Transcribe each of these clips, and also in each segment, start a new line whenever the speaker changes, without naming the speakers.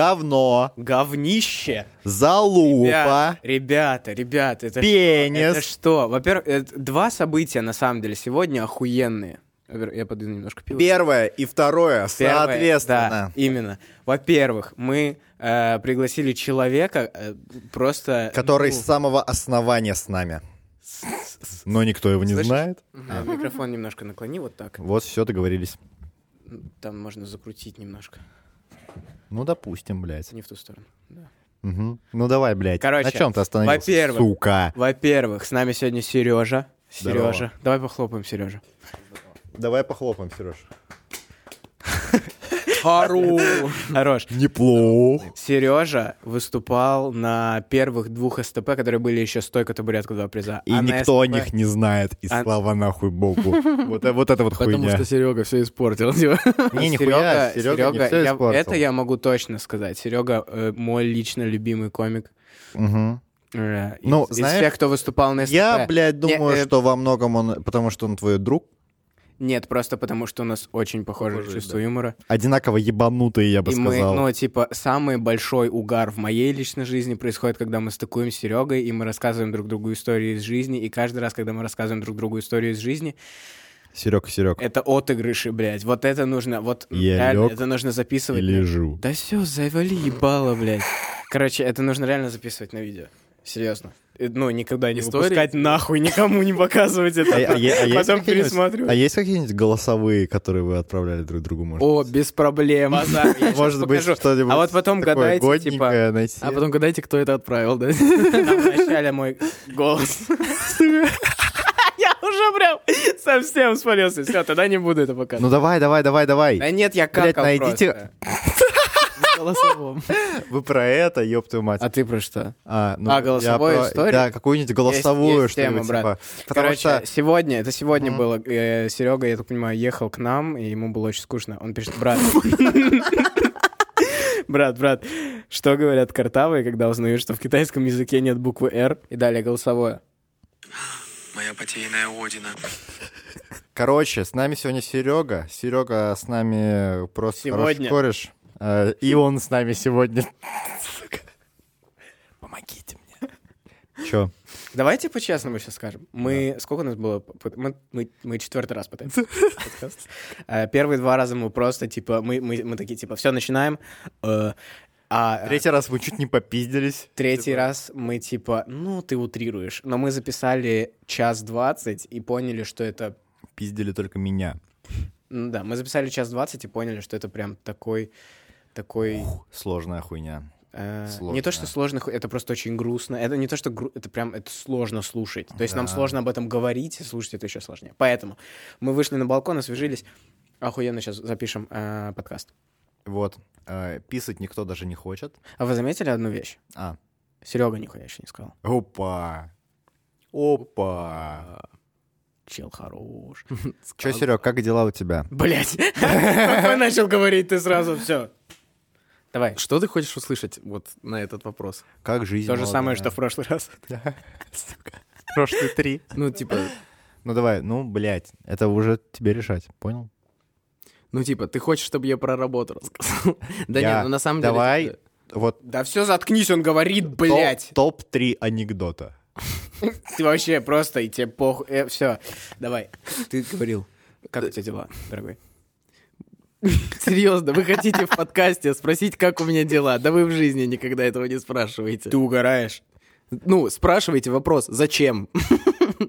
говно,
Говнище.
залупа,
Ребят- Ребята, ребята, это, это
пенис.
что? Во-первых, это два события на самом деле сегодня охуенные. Во-первых, Я подойду немножко пива.
Первое и второе,
Первое,
соответственно.
Да, именно. Во-первых, мы э, пригласили человека э, просто...
Который
ну,
с самого основания с нами.
с- с-
Но никто его не
Слышишь?
знает.
а, микрофон немножко наклони вот так.
Вот, все, договорились.
Там можно закрутить немножко.
Ну, допустим, блядь.
Не в ту сторону. Да.
Мгм. Ну, давай, блядь.
Короче,
На чем ты остановился,
во-первых,
сука?
Во-первых, с нами сегодня Сережа.
Здорово.
Сережа. Давай похлопаем, Сережа.
Давай похлопаем, Сереж.
Хорош.
Неплохо.
Сережа выступал на первых двух СТП, которые были еще стойка табуретку два приза.
И
А на
никто о
СТП
них не знает. И
А-
слава нахуй богу. Вот, э- вот это вот
Потому
хуйня.
что Серега все испортил. типа.
Не, нихуя,
Серёга-
Серега не
Серёга,
все
я-
испортил.
это я могу точно сказать. Серега мой лично любимый комик.
Мгм.
Э,
Ну,
из, из
знаешь,
всех, кто выступал на СТП.
Я, блядь, думаю,
э,
что во многом он... Потому что он твой друг.
Нет, просто потому что у нас очень похожее
Похожие,
чувство юмора.
Одинаково ебанутый, я бы
И мы,
сказал.
ну, типа, самый большой угар в моей личной жизни происходит, когда мы стыкуем с Серегой, и мы рассказываем друг другу истории из жизни. И каждый раз, когда мы рассказываем друг другу историю из жизни,
Серег, Серег.
это отыгрыши, блядь. Вот это нужно, вот
Я
реально,
лёг
это нужно записывать.
Или жу.
Да все, завали ебало, блядь. Короче, это нужно реально записывать на видео. Серьезно. Ну, никогда не
Истории?
выпускать нахуй, никому не показывать
А- а
это.
е- а есть
Потом
какие-нибудь- А
пересматривать.
есть какие-нибудь голосовые, которые вы отправляли друг другу? Может,
О, без проблем.
может быть,
покажу.
что-нибудь
А вот потом
такое
гадайте, типа,
годненькое найти? Ну,
А потом гадайте, кто это отправил, да?
там вначале мой голос. Я уже прям совсем спалился. Все, тогда не буду это
Ну
показывать.
давай, давай, давай,
Да
давай.
нет, я
Блядь,
какал
найдите-
просто.
В голосовом.
Вы про это, ёб твою мать.
А ты про что?
А, ну,
а,
я
голосовую
про-
историю?
Да, какую-нибудь голосовую,
есть тема,
что-нибудь,
брат.
типа. Потому
Короче,
что...
сегодня, это сегодня было, Серега, я так понимаю, ехал к нам, и ему было очень скучно. Он пишет, брат, брат, брат, что говорят картавые, когда узнают, что в китайском языке нет буквы «р» и далее голосовое?
Моя потерянная Одина.
Короче, с нами сегодня Серега. Серега с нами просто хороший
Сегодня.
кореш. Э, И он с нами сегодня.
Помогите мне.
Чё?
Давайте по-честному сейчас скажем. Мы... Сколько у нас было? п- Мы, мы, мы четвертый раз пытаемся. подкаст. Э, Первые два раза мы просто, типа, мы, мы, мы такие, типа, все, начинаем. э, А э,
Третий раз вы чуть не попиздились.
Третий раз мы типа, ну, ты утрируешь. Но мы записали час двадцать и поняли, что это...
Пиздили только меня.
Ну да, мы записали час двадцать и поняли, что это прям такой... Такой...
Ух, Сложная хуйня.
э, не
сложно.
то, что сложно, ху- это просто очень грустно. Это не то, что... гру- Это прям это сложно слушать. То есть нам
Да.
сложно об этом говорить, и слушать это еще сложнее. Поэтому мы вышли на балкон, освежились. Охуенно сейчас запишем э, подкаст.
Вот. Э, Писать никто даже не хочет.
А вы заметили одну вещь?
А.
Серега нихуя еще не сказал.
Опа. Опа.
Чел хорош. А
Че, Серег, как дела у тебя?
Блять. Начал говорить ты сразу, все. Давай.
Что ты хочешь услышать вот на этот вопрос?
Как жизнь?
То же самое, что
молодая?
в прошлый раз.
Прошлые три.
Ну, типа,
Ну давай, ну, блядь, это уже тебе решать, понял?
ну, типа, ты хочешь, чтобы я про работу рассказал? Да
Я-
нет, ну, на самом деле...
Давай, вот
Да все, заткнись, он говорит, блять.
Топ-3 анекдота.
Ты вообще просто, и тебе пох... все, давай. Ты говорил. Как у тебя дела, дорогой?
Серьезно, вы хотите в подкасте спросить, как у меня дела? Да вы в жизни никогда этого не спрашиваете.
Ты угораешь.
Ну, спрашивайте вопрос, зачем?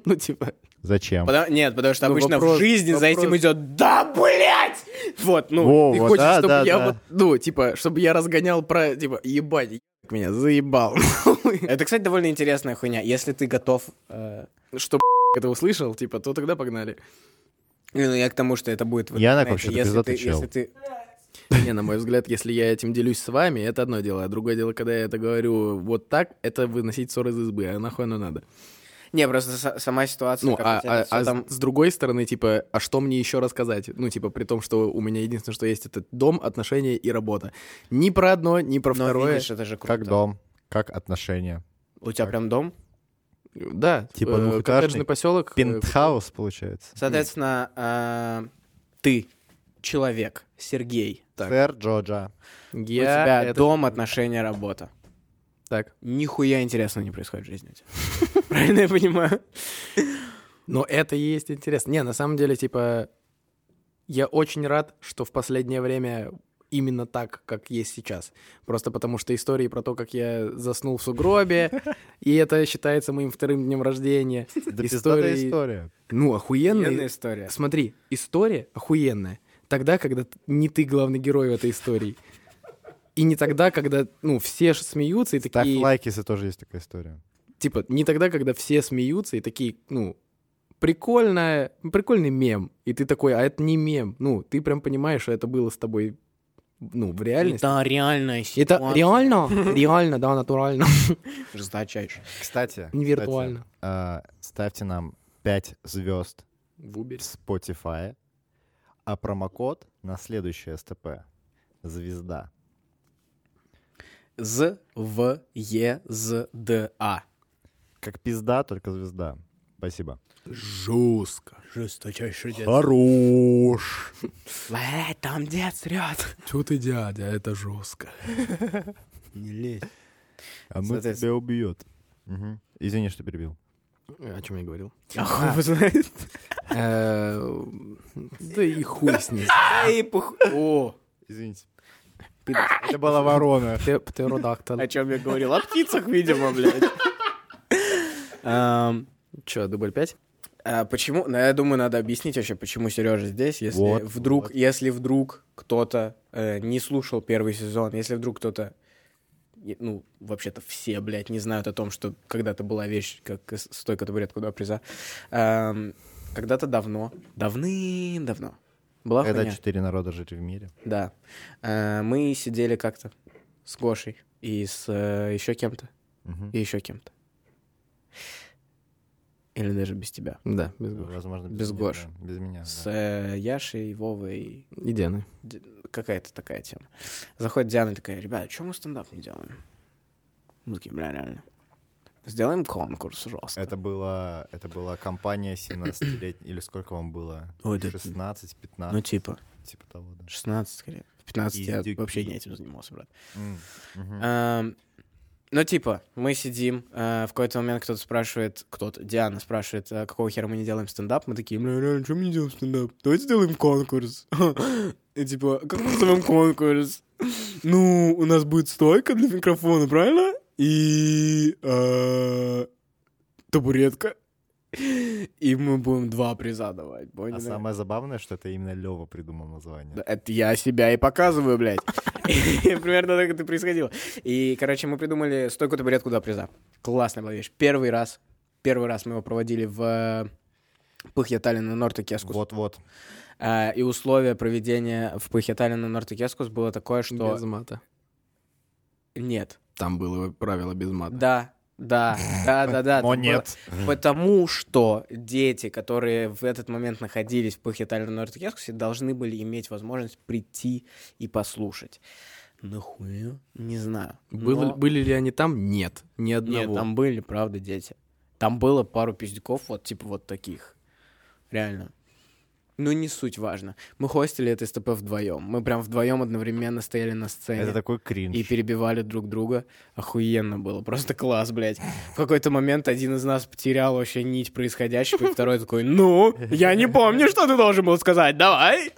Ну, типа,
Зачем?
Пода- Нет, потому что
Ну,
обычно в
вопрос-
жизни за этим
вопрос.
идет «Да, блять! Вот, ну,
ты
Во,
хочешь,
да,
чтобы
да,
я
да.
вот, ну, типа, чтобы я разгонял про, типа, ебать, ебать меня заебал.
это, кстати, довольно интересная хуйня. Если ты готов... э,
Чтобы это услышал, типа, то тогда погнали.
ну, я к тому, что это будет... в
Я,
интернете.
вообще-то,
если ты,
пиздатый чел.
если ты
Не, на мой взгляд, если я этим делюсь с вами, это одно дело. А другое дело, когда я это говорю вот так, это выносить ссоры из избы, а нахуй оно надо.
Не, просто са- сама ситуация,
Ну,
как
а,
у тебя
а-
это всё
а с-
там-
с, другой стороны, типа, а что мне еще рассказать? Ну, типа, при том, что у меня единственное, что есть, это дом, отношения и работа. Ни про одно, ни про
Но
второе.
ну, видишь, это же круто.
Как дом, как отношения.
У тебя прям дом?
Да,
Типа
э,
двухэтажный
коттеджный поселок. э,
Пентхаус, получается.
Соответственно, а, э, ты человек, Сергей.
Так.
Сэр Джоджа.
У
Я
тебя
это-
дом, отношения, работа.
Так.
Нихуя интересного не происходит в жизни. у тебя. Правильно я понимаю?
Но это и есть интересно. Не, на самом деле, типа, я очень рад, что в последнее время именно так, как есть сейчас. Просто потому что истории про то, как я заснул в сугробе, и это считается моим вторым днем рождения.
Да
Истории-
пиздатая история.
Ну,
Охуенная
охуенные.
история.
Смотри, история охуенная. Тогда, когда т- не ты главный герой в этой истории. И не тогда, когда, ну, все ж смеются и
Ставь
такие...
лайк, если тоже есть такая история.
типа, не тогда, когда все смеются и такие, ну, прикольно, прикольный мем. И ты такой, а это не мем. Ну, ты прям понимаешь, что это было с тобой, ну, в реальности.
Это реальная
Это
ситуация.
реально? Реально, да, натурально.
Жесточайше.
Кстати,
Не виртуально.
кстати, а, ставьте нам 5 звезд
В Uber.
в Spotify, а промокод на следующее СТП. Звезда.
З, В, Е, З, Д, А.
Как пизда, только звезда. Спасибо.
Жестко.
Жесточайший дед.
Хорош.
Блять, там дед срет.
Чё ты, дядя, это жестко.
Не лезь.
Оно
Соответственно.
тебя убьет. Мгм. Извини, что перебил.
О чем я говорил?
А хуй его знает.
Э, Да и хуй с ней.
Эй, пух... О,
Извините.
Пидор.
Это была ворона.
Пте- Птеродактил.
о чем я говорил? О птицах, видимо, блядь. Эм,
Чё, дубль 5?
а Почему? Ну, я думаю, надо объяснить вообще, почему Сережа здесь, если
Вот,
вдруг,
вот.
если вдруг кто-то э, не слушал первый сезон, если вдруг кто-то, и, ну, вообще-то все, блядь, не знают о том, что когда-то была вещь, как с- стойка табуретка, два приза. Эм, Когда-то давно, давным-давно была
Когда
хуйня.
четыре народа жили в мире.
Да. Э, Мы сидели как-то с Гошей и с еще кем-то,
Мгм.
и еще кем-то. Или даже без тебя.
Да, без гор.
Возможно,
Без
меня,
Гоши.
да, Без меня.
С
да.
э, Яшей, Вовой,
И Дианы.
Д- какая-то такая тема. Заходит Диана и такая, ребята, что мы стендап не делаем? Мы такие, бля, реально. Сделаем конкурс, жестко.
Это была, это была компания 17-летняя, или сколько вам было?
Ой, да-
16-15,
Ну, типа,
типа того, да.
16 скорее. В 15 я
Издюки.
вообще не этим занимался, брат.
М, мгм.
Эм, Ну, типа, мы сидим, э, в какой-то момент кто-то спрашивает, кто-то, Диана спрашивает, «А какого хера мы не делаем стендап? Мы такие, бля, реально, что мы не делаем стендап? Давайте сделаем конкурс. И типа, как мы назовем конкурс? Ну, у нас будет стойка для микрофона, правильно? И э, табуретка. И мы будем два приза давать,
А
поняли?
самое забавное, что это именно Лева придумал название.
Да, Это я себя и показываю, блядь. И Примерно так это и происходило. И, короче, мы придумали стойку табуретку до приза. Классная была вещь. Первый раз, первый раз мы его проводили в э, Пыхьятале на Нортекескус.
Вот-вот.
А, И условие проведения в Пыхьятале на Нортекескус было такое, что...
Без мата.
Нет.
Там было правило без мата.
Да, да, да, да, да.
Но
там было-
нет.
Потому что дети, которые в этот момент находились в Пахитальном Нортекескусе, должны были иметь возможность прийти и послушать. Нахуя? Не знаю.
Был-
Но-
Были ли они там? Нет. Ни одного.
Нет, там были, правда, дети. Там было пару пиздюков, вот типа вот таких. Реально. Ну, не суть важно. Мы хостили это СТП вдвоем. Мы прям вдвоем одновременно стояли на сцене.
Это такой кринж.
И перебивали друг друга. Охуенно было. Просто класс, блядь. В какой-то момент один из нас потерял вообще нить происходящего, и второй такой, ну, я не помню, что ты должен был сказать, давай.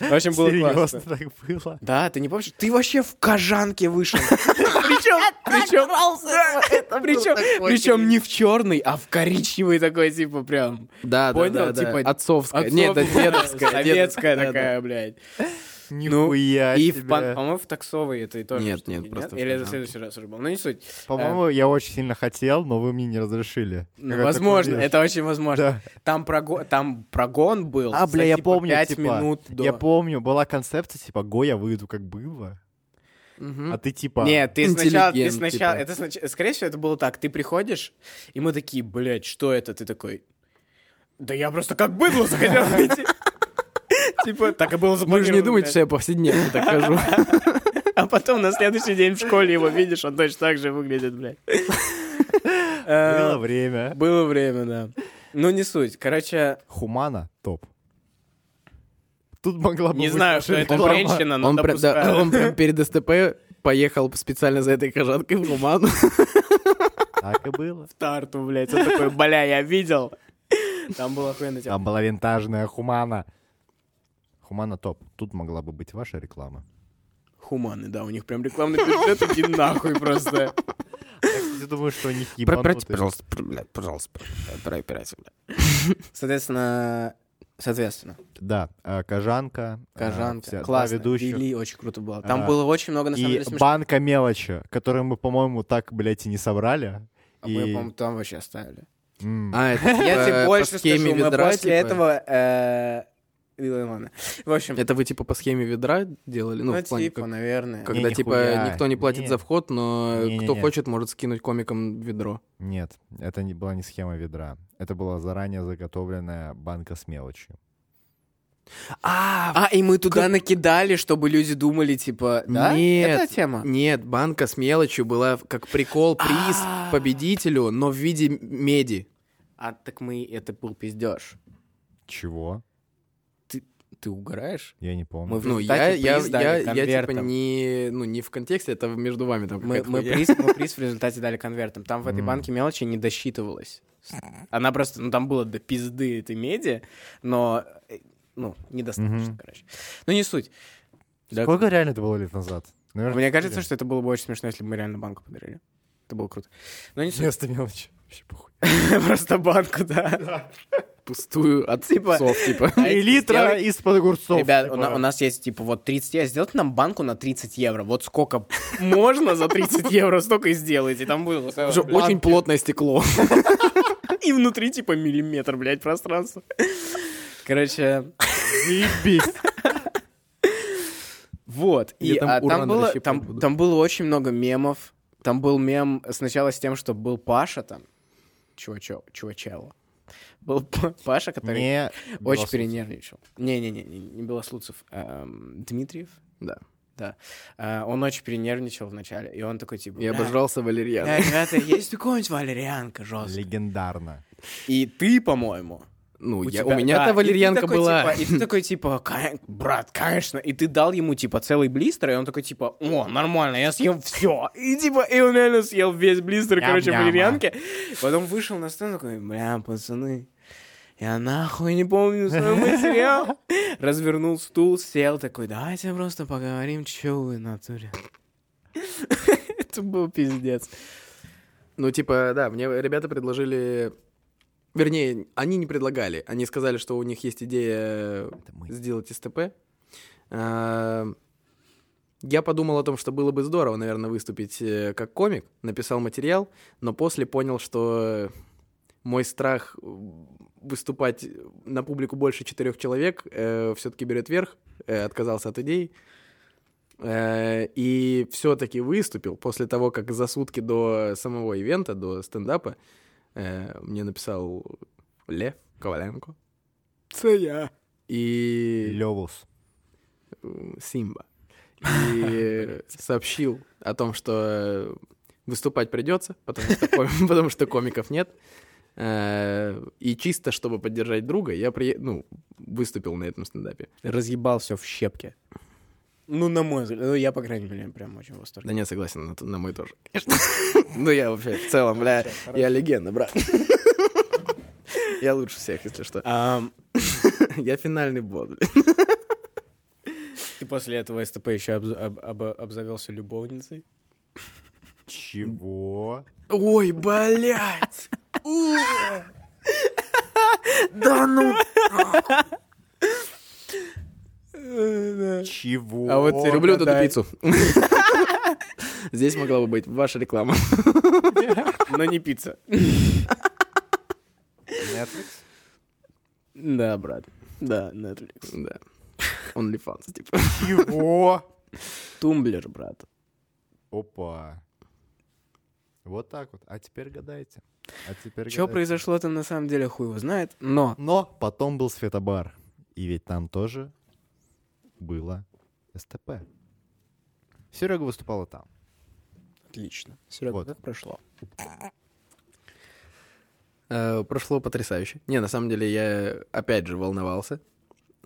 В общем, было классно.
Серьезно так было?
Да, ты не помнишь? Ты вообще в кожанке вышел. Причем, причем, причем, причем не в черный, а в коричневый такой, типа, прям.
Да, да,
Понял,
да, да.
типа,
Отцовская. Нет, да, дедовская.
Советская
дед- да, А
такая, блядь.
Нихуя
ну, И, в
себе.
пан- а, по-моему, в таксовой это и тоже.
Нет,
штуки,
нет, просто в
Или это в
Таганке.
следующий раз уже был. Ну, не суть.
По-моему, я очень сильно хотел, но вы мне не разрешили.
Ну,
Какая-то
возможно,
хуйня.
это очень возможно.
Да.
Там, прого- там прогон был.
А,
за,
бля, я
типа,
помню,
пять
типа,
минут до.
я помню, была концепция, типа, го, я выйду, как было,
да. Мгм.
а ты, типа...
Нет, ты сначала, ты
Интеллигент,
сначала,
типа.
это снач- скорее всего, это было так. Ты приходишь, и мы такие, блядь, что это? Ты такой, да я просто как быдло захотел выйти. Типа, так и было
Вы же
запланировано.
не думаете,
блядь.
что я повседневно так хожу.
А потом на следующий день в школе его видишь, он точно так же выглядит, блядь.
Было
Э,
время.
Было время, да. Ну, не суть. Короче,
Хумана топ. тут могла бы
Не
быть
знаю, что это
реклама.
женщина, но
Он прям, да,
допускаю.
он прям перед СТП поехал специально за этой кожанкой в Руман.
Так и было.
Тарту, блядь, он такой, бля, я видел. Там была охуенная тема.
Там была винтажная Хумана. Хумана топ. Тут могла бы быть ваша реклама.
Хуманы, да, у них прям рекламный бюджет, иди нахуй просто.
Я кстати, думаю, что они ебанутые.
Пожалуйста, блядь, пожалуйста.
Соответственно, соответственно,
Да, а, Кожанка. а,
Кожанка,
вся- два
классно,
ведущих.
Лили очень круто было. Там
А,
было очень много, на самом
И
деле, смешных.
банка мелочи, которую мы, по-моему, так, блядь, и не собрали.
А мы,
И-
по-моему, там вообще оставили.
М.
А, это
Я
типа
тебе
по
больше
схеме
скажу, мы
ведра,
после
типа?
этого... э, Вилла и Мана. В общем,
Это вы типа по схеме ведра делали? Ну,
ну,
в плане,
типа,
как-
наверное.
как-
когда
Не,
типа
нихуя.
никто не платит
Не.
за вход, но
Не-не-не.
кто хочет, может скинуть комикам ведро.
Нет, это не была не схема ведра. Это была заранее заготовленная банка с мелочью.
А,
А, и мы туда накидали, чтобы люди думали, типа, да?
Нет.
Это тема?
Нет, банка с мелочью была в- как прикол, приз
А.
победителю, но в виде меди.
А так мы... Это был пиздеж.
Чего?
Ты угораешь?
Я не помню.
Мы в
Ну, я,
результате
я,
приз
я,
дали
я, типа
конвертом.
не, ну, не в контексте, это между вами там
Мы,
какая-то
мы,
хуйня.
приз, мы приз в результате дали конвертом. Там в этой
М.
банке мелочи не досчитывалось. Она просто, ну там было до пизды этой меди, но, э, ну, недостаточно,
Мгм.
короче. Ну не суть. Да.
Сколько реально это было лет назад? Наверное,
Мне
четыре.
кажется, что это было бы очень смешно, если бы мы реально банку подарили. Это было круто. Ну не суть.
Вместо мелочи. Вообще похуй.
Просто банку, да.
пустую от
Типа-
псов, типа.
А
Три
эти
литра
сделали-
из-под огурцов.
Ребят,
типа.
у на- у нас есть, типа, вот 30 евро. Сделайте нам банку на 30 евро. Вот сколько можно за 30 евро, столько и сделайте. Там будет...
Уже Очень плотное стекло.
И внутри, типа, миллиметр, блядь, пространства. Короче,
Заебись.
вот. И
Где там
а,
уран
там, было,
расщеплять
там,
будут.
там было очень много мемов. Там был мем сначала с тем, что был Паша там. Чувачо, чувачело. Был П- Паша, который
Не
очень
голосуй.
перенервничал. Не-не-не, не, не Белослуцев. эм, Дмитриев,
Да.
да. А, он очень перенервничал вначале. И он такой, типа...
И
«Бля,
обожрался
бля,
валерьяна.
ребята, есть у кого-нибудь валерьянка жестко?
Легендарно.
И ты, по-моему,
Ну, я- у
тебя- да,
меня-то
и ты
валерьянка
такой,
была.
типа, и ты такой, типа, «Кон- брат, конечно. И ты дал ему, типа, целый блистер, и он такой, типа, о, нормально, я съел все. И, типа, и он реально съел весь блистер, короче,
Ням-няма.
валерьянки. Потом вышел на сцену, такой, бля, пацаны, я нахуй не помню свой материал. Развернул стул, сел такой, давайте просто поговорим, чё вы в натуре. Это был пиздец.
Ну, типа, да, мне ребята предложили... Вернее, они не предлагали. Они сказали, что у них есть идея
Это мы.
сделать СТП. А, Я подумал о том, что было бы здорово, наверное, выступить э, как комик. Написал материал, но после понял, что мой страх э, выступать на публику больше четырех человек все-таки берет верх. Э, Отказался от идей. Э, И все-таки выступил после того, как за сутки до самого ивента, до стендапа, э, мне написал Лев Коваленко
Это я.
и
Левус.
э, Симба. И сообщил о том, что э, выступать придется, потому что, коми- потому что комиков нет. Э, И чисто, чтобы поддержать друга, я при... ну, выступил на этом стендапе.
Разъебал все в щепки. Ну, на мой взгляд. Ну, я, по крайней мере, прям очень в восторге.
Да нет, согласен, на, т- на мой тоже. конечно. Ну, я вообще в целом, бля, я легенда, брат. Я лучше всех, если что.
Ам,
Я финальный бот. бля.
ты после этого СТП еще обзавелся любовницей?
Чего?
Ой, блядь! У. Да ну!
Чего?
А вот
Я люблю эту
да.
пиццу. Здесь могла бы быть ваша реклама.
Но не пицца.
Netflix?
Да, брат. Да, Netflix.
Да. OnlyFans, типа.
Чего?
Тумблер, брат.
Опа. Вот так вот. А теперь гадайте. А теперь
Что
гадайте.
произошло там на самом деле, хуй его знает, но...
Но потом был светобар. И ведь там тоже было СТП. Серега выступала там.
Отлично. Серега,
Вот.
как прошло?
Э, Прошло потрясающе. Не, на самом деле я опять же волновался.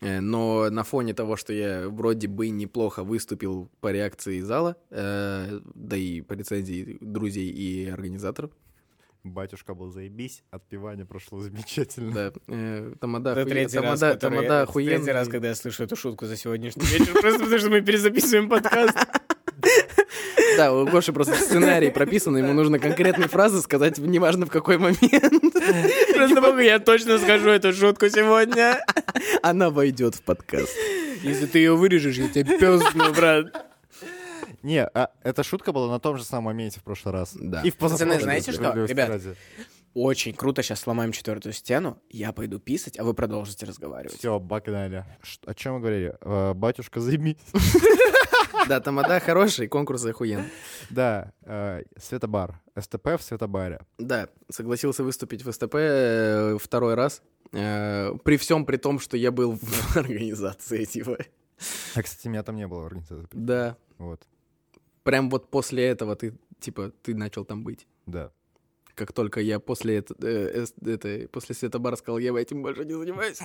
Э, Но на фоне того, что я вроде бы неплохо выступил по реакции зала, э, да и по рецензии друзей и организаторов,
Батюшка был заебись, отпевание прошло замечательно.
да, э, тамада,
Это
охуе-
третий раз,
тамада-
который-
тамада
это
охуенный.
третий раз, когда я слышу эту шутку за сегодняшний вечер, просто потому что мы перезаписываем подкаст.
Да, у Гоши просто сценарий прописан, ему нужно конкретные фразы сказать, неважно в какой момент.
Просто потому, я точно скажу эту шутку сегодня.
Она войдет в подкаст.
Если ты ее вырежешь, я тебя пёсну, брат.
Не, а эта шутка была на том же самом моменте в прошлый раз.
Да.
И в позапрошлый,
Пацаны, знаете что,
справедливости
ребят?
ради.
Очень круто, сейчас сломаем четвертую стену, я пойду писать, а вы продолжите разговаривать.
Все, богнали. Ш- О чем мы говорили? Э, Батюшка, заебись.
Да, тамада хороший, конкурс охуенный.
Да, э, Светобар. СТП в Светобаре.
Да, согласился выступить в СТП э, второй раз. Э, При всем при том, что я был в организации, типа.
А, кстати, меня там не было в организации.
Да.
Вот,
Прям вот после этого ты, типа, ты начал там быть.
да.
Как только я после эт- э, эс- этой, после Светобара сказал, я этим больше не занимаюсь.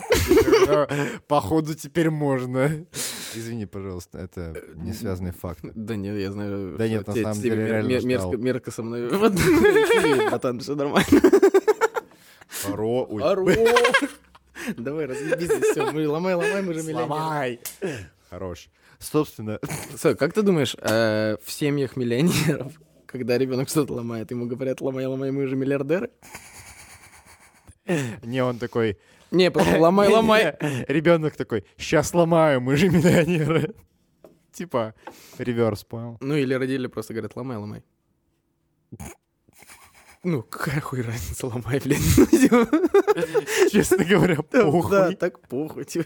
Походу, теперь можно. Э, Извини, пожалуйста, это не связанный факт.
Да нет, я знаю.
Да
что
нет, на
те-
самом
тебе
деле
мер-
реально
мер-
ждал.
мерзко, мерзко со мной. Вот. Привет, Братан, все нормально.
Ро, ой,
Давай, разъебись все. Мы ломай, ломай, мы же миллионеры.
Хорош. Собственно,
Сой, как ты думаешь, э, в семьях миллионеров, когда ребенок что-то ломает, ему говорят, ломай, ломай, мы же миллиардеры?
не, он такой...
Не, просто ломай, ломай.
Ребенок такой, сейчас ломаю, мы же миллионеры. Типа, реверс, понял?
Ну или родители просто говорят, ломай, ломай. Ну, какая хуй разница, ломай, блядь. Ну, типа,
Честно говоря,
Да,
похуй.
так похуй тебе.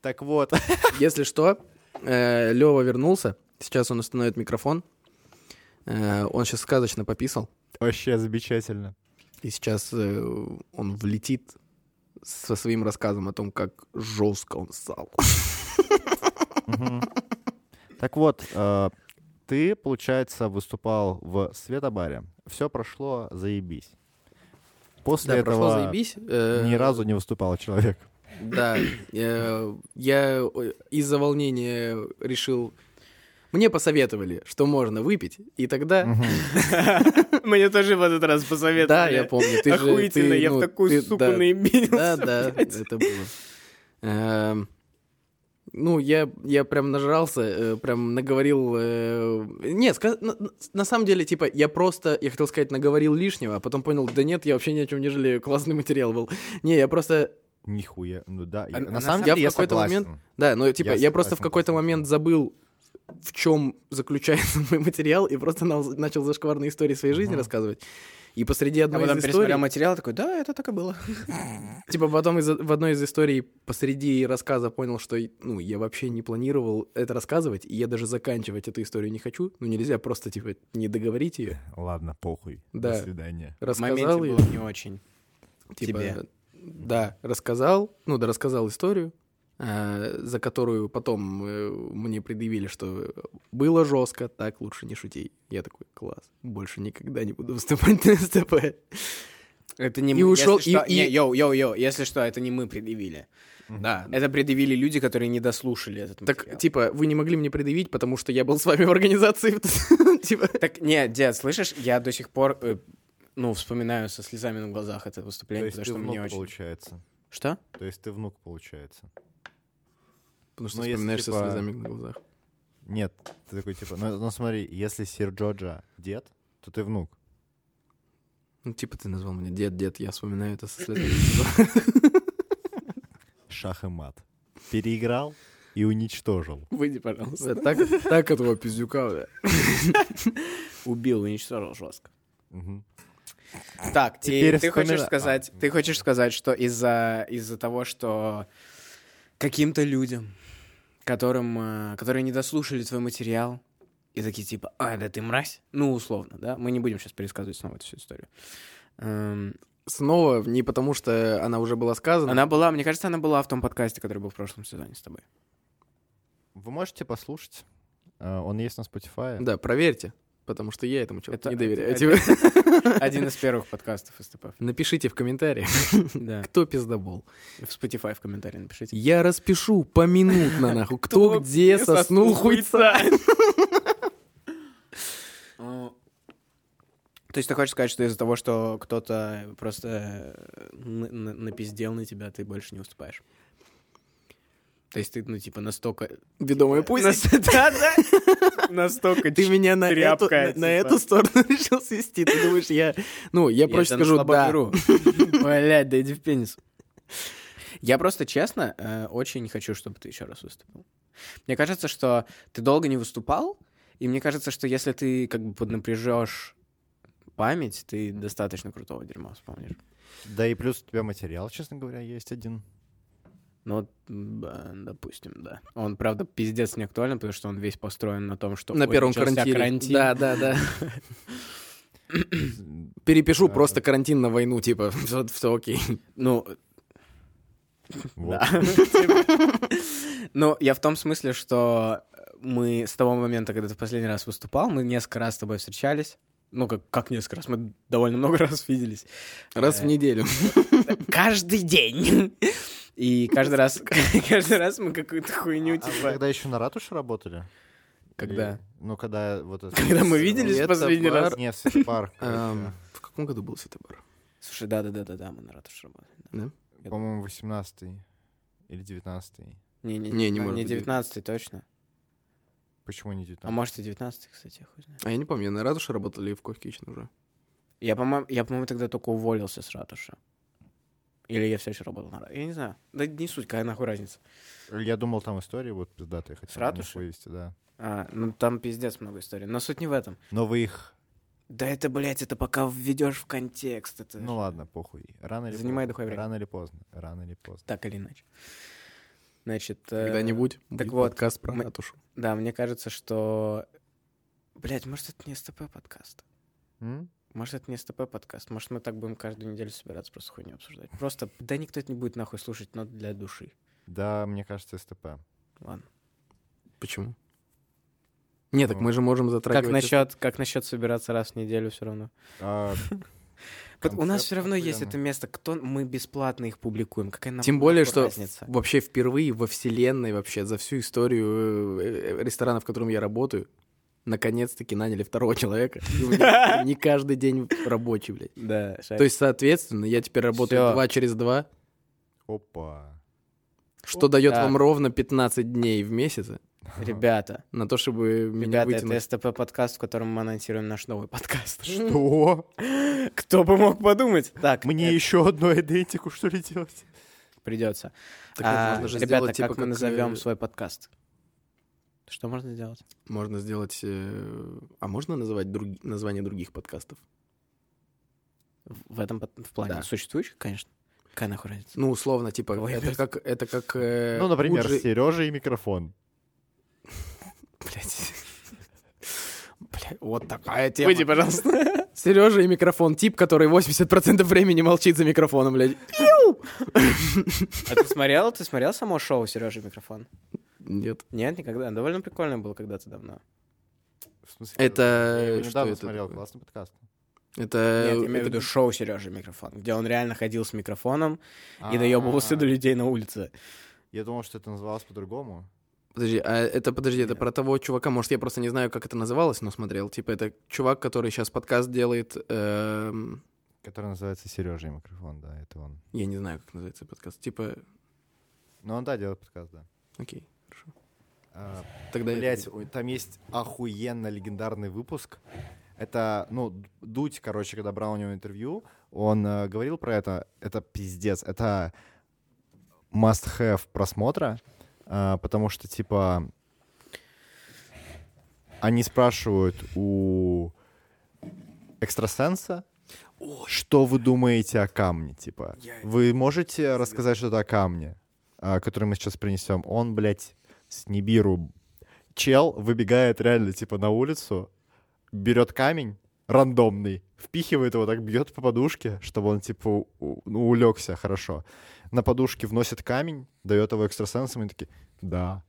Так вот.
Если что, Лева вернулся. Сейчас он установит микрофон. Э, Он сейчас сказочно пописал.
Вообще замечательно.
И сейчас э, он влетит со своим рассказом о том, как жестко он ссал.
Мгм. Так вот, э, ты, получается, выступал в Светобаре. Все прошло заебись. После
Да, прошло
этого
заебись. Э,
ни разу не выступал человек.
Да. э, Я э, из-за волнения решил... Мне посоветовали, что можно выпить, и тогда...
Мгм.
Мне тоже в этот раз посоветовали.
Да, я помню. Ты же-
Охуительно,
ты,
я
ну,
в такую
ты-
суку
да,
наебенился.
Да, да,
блядь.
это было. Эм, Ну, я, я прям нажрался, э, прям наговорил... э, Нет, ска- на, на- на самом деле, типа, я просто, я хотел сказать, наговорил лишнего, а потом понял, да нет, я вообще ни о чем не жалею, классный материал был. Не, я просто
Нихуя. Ну да, я-
А
на
на
самом
самом-
деле
я
я
в какой-то
согласен.
момент- Да, ну типа,
Я
я, просто в
согласен,
какой-то
да.
момент забыл, в чем заключается мой материал, и просто нал- начал зашкварные истории своей жизни
Мгм.
рассказывать. И посреди
Я
одной
А потом
из историй,
пересмотрел материал, такой, да, это так и было.
типа потом из- в одной из историй посреди рассказа понял, что ну я вообще не планировал это рассказывать, и я даже заканчивать эту историю не хочу. Ну нельзя просто типа не договорить ее.
Ладно, похуй.
Да.
До свидания.
В моменте
Рассказал ее,
было не очень.
типа,
тебе.
да, рассказал, ну да, рассказал историю, э, за которую потом э, мне предъявили, что было жестко, так лучше не шути. Я такой, класс, больше никогда не буду выступать на СТП.
Это не
И
мы.
ушел,
Если что-
и- и-
не, Йоу, йоу, йоу, если что, это не мы предъявили. Да. Это предъявили люди, которые не дослушали этот
Так,
материал.
типа, вы не могли мне предъявить, потому что я был с вами в организации. Типа,
Так, не, дед, слышишь, я до сих пор, э, ну, вспоминаю со слезами на глазах это
То
выступление,
есть
потому
ты
что
внук,
мне очень...
получается.
Что?
То есть ты внук, получается.
Потому что
Ну, если,
вспоминаешь со
типа,
слезами на глазах.
Нет, ты такой типа, ну, ну смотри, если Сир Джорджа дед, то ты внук.
Ну, типа, ты назвал меня дед, дед, я вспоминаю это со слезами.
Шах и мат. Переиграл и уничтожил.
Выйди, пожалуйста.
Вот Так так этого пиздюка. бля.
Убил, уничтожил жестко.
Мгм.
Так, и
Теперь
ты хочешь
вспомина-
сказать,
А.
ты хочешь сказать, что из-за из-за того, что каким-то людям, которым, э, которые не дослушали твой материал, и такие типа, а, да ты мразь, ну, условно, да, мы не будем сейчас пересказывать снова эту всю историю. Эм,
Снова не потому, что она уже была сказана.
она была, мне кажется, она была в том подкасте, который был в прошлом сезоне с тобой.
Вы можете послушать. Э, Он есть на Spotify.
Да, проверьте. потому что я этому человеку
Это-
не
это-
доверяю. Типа,
Один из первых подкастов СТП.
Напишите в комментариях,
Да.
кто пиздобол.
В Spotify в комментарии напишите.
Я распишу поминутно, нахуй, кто где соснул хуйца.
Ну, То есть ты хочешь сказать, что из-за того, что кто-то просто э, н- н- напиздел на тебя, ты больше не уступаешь? То есть ты, ну, типа, настолько...
Ведомая пусть.
Да-да! Настолько...
Ты меня на эту,
тряпка,
на, на
типа.
эту сторону решил свести. Ты думаешь, я... Ну, я, проще скажу, да.
Блять, да иди в пенис. Я просто, честно, э, очень хочу, чтобы ты еще раз выступил. Мне кажется, что ты долго не выступал, и мне кажется, что если ты как бы поднапряжешь память, ты достаточно крутого дерьма вспомнишь.
Да и плюс у тебя материал, честно говоря, есть один.
Ну вот, м, да, допустим, да. Он, правда, пиздец не актуален, потому что он весь построен на том, что
На
вот
первом
начался
карантине.
карантин.
Да, да, да. Перепишу
Да,
просто карантин на войну, типа, все, окей.
Ну,
Вот.
Ну, я в том смысле, что мы с того момента, когда ты в последний раз выступал, мы несколько раз с тобой встречались. Ну, как, как несколько раз, мы довольно много раз виделись.
Раз в
Э,
неделю.
Каждый день. И каждый раз, каждый раз мы какую-то
А
хуйню,
вы
типа...
когда еще на ратуше работали?
Когда?
Или- Ну, когда вот... это-
Когда мы виделись в
Это
последний
пар-
раз.
Не, в Сити парк.
Эм,
короче.
В каком году был Сетебар?
Слушай, да-да-да-да, мы на ратуше работали.
По-моему, 18 или 19
Не, не может
Не
быть.
19 точно.
Почему не
А
19
может и 19 кстати, я хуй знает.
А я не помню, я на ратуше работали и в Кохкичен уже.
Я, по-моему, я, по-моему, тогда только уволился с ратуши. Или я все еще работал на ратуше. Я не знаю. Да не суть, какая нахуй разница.
Я думал, там истории вот пиздатые хотел на них
ратуши?
вывести, да.
А, ну там пиздец много историй. Но суть не в этом.
Но вы их...
Да это, блядь, это пока введешь в контекст. Это
Ну ладно, похуй. Рано или
Занимай
поздно.
духовое время.
Рано или поздно. Рано или поздно.
так или иначе. Значит, э,
Когда-нибудь
так
будет
вот,
подкаст про
мы-
ратушу.
да, мне кажется, что... Блядь, может, это не СТП подкаст.
М?
Может, это не СТП подкаст. Может, мы так будем каждую неделю собираться, просто хуйню обсуждать. Просто, да никто это не будет нахуй слушать, но для души.
Да, мне кажется, СТП.
Ладно.
Почему? Не, так
Ну,
мы же можем затрагивать...
Как насчет, как насчет собираться раз в неделю все равно?
А,
Вот у нас
концепт
все равно есть
охуенный.
это место. Кто мы бесплатно их публикуем? Какая нам
Тем более,
нахуй
что
разница?
вообще впервые во вселенной, вообще за всю историю э, э, ресторана, в котором я работаю, наконец-таки наняли второго человека. И у меня Не каждый день рабочий, блядь.
Да,
То есть, соответственно, я теперь работаю
Всё.
два через два,
Опа.
что дает
Да.
вам ровно 15 дней в месяц
ребята,
на то, чтобы меня
Ребята, это
вытянуть.
СТП подкаст, в котором мы анонсируем наш новый подкаст.
Что?
Кто бы мог подумать? Так,
Мне еще одну идентику, что ли, делать?
придется.
Так
А,
это можно же
ребята,
сделать, типа,
как
как,
мы назовем
э,
свой подкаст? Что можно сделать?
Можно сделать... э, А можно называть други- название других подкастов?
В в этом под- в плане
Да.
существующих, конечно. Какая нахуй разница?
Ну, условно, типа,
Кого
это
ебёт?
как, это как... э,
Ну, например,
Уджи-
Сережа и микрофон.
Блядь. Бля, вот такая тема.
пожалуйста.
Сережа и микрофон. Тип, который 80% времени молчит за микрофоном, блядь. Иу!
А ты смотрел, ты смотрел само шоу Сережа микрофон?
Нет.
Нет, никогда. Довольно прикольно было когда-то давно.
В смысле,
Это
я
э,
его
что
недавно
это
смотрел,
такое?
классный подкаст.
Это...
Нет, я имею в
Э, это-
виду шоу Сережа микрофон, где он реально ходил с микрофоном и
А,
доебывался до людей на улице.
Я думал, что это называлось по-другому.
Подожди, а это, подожди, это про того чувака, может, я просто не знаю, как это называлось, но смотрел. Типа, это чувак, который сейчас подкаст делает... эм,
Который называется Сережа и микрофон, да, это он.
Я не знаю, как называется подкаст. Типа,
Ну, он, да, делает подкаст, да.
окей, хорошо.
А,
Тогда... я-
Блять, ой, там есть охуенно легендарный выпуск. Это, ну, Дудь, короче, когда брал у него интервью, он э, говорил про это. Это пиздец. Это must-have просмотра, а, потому что, типа, они спрашивают у экстрасенса, что вы думаете о камне, типа. Вы можете рассказать что-то о камне, а, который мы сейчас принесем? Он, блядь, с Нибиру чел выбегает реально, типа, на улицу, берет камень рандомный, впихивает его, так бьет по подушке, чтобы он, типа, у- ну, улегся хорошо. На подушке вносит камень, дает его экстрасенсам, и они такие, да.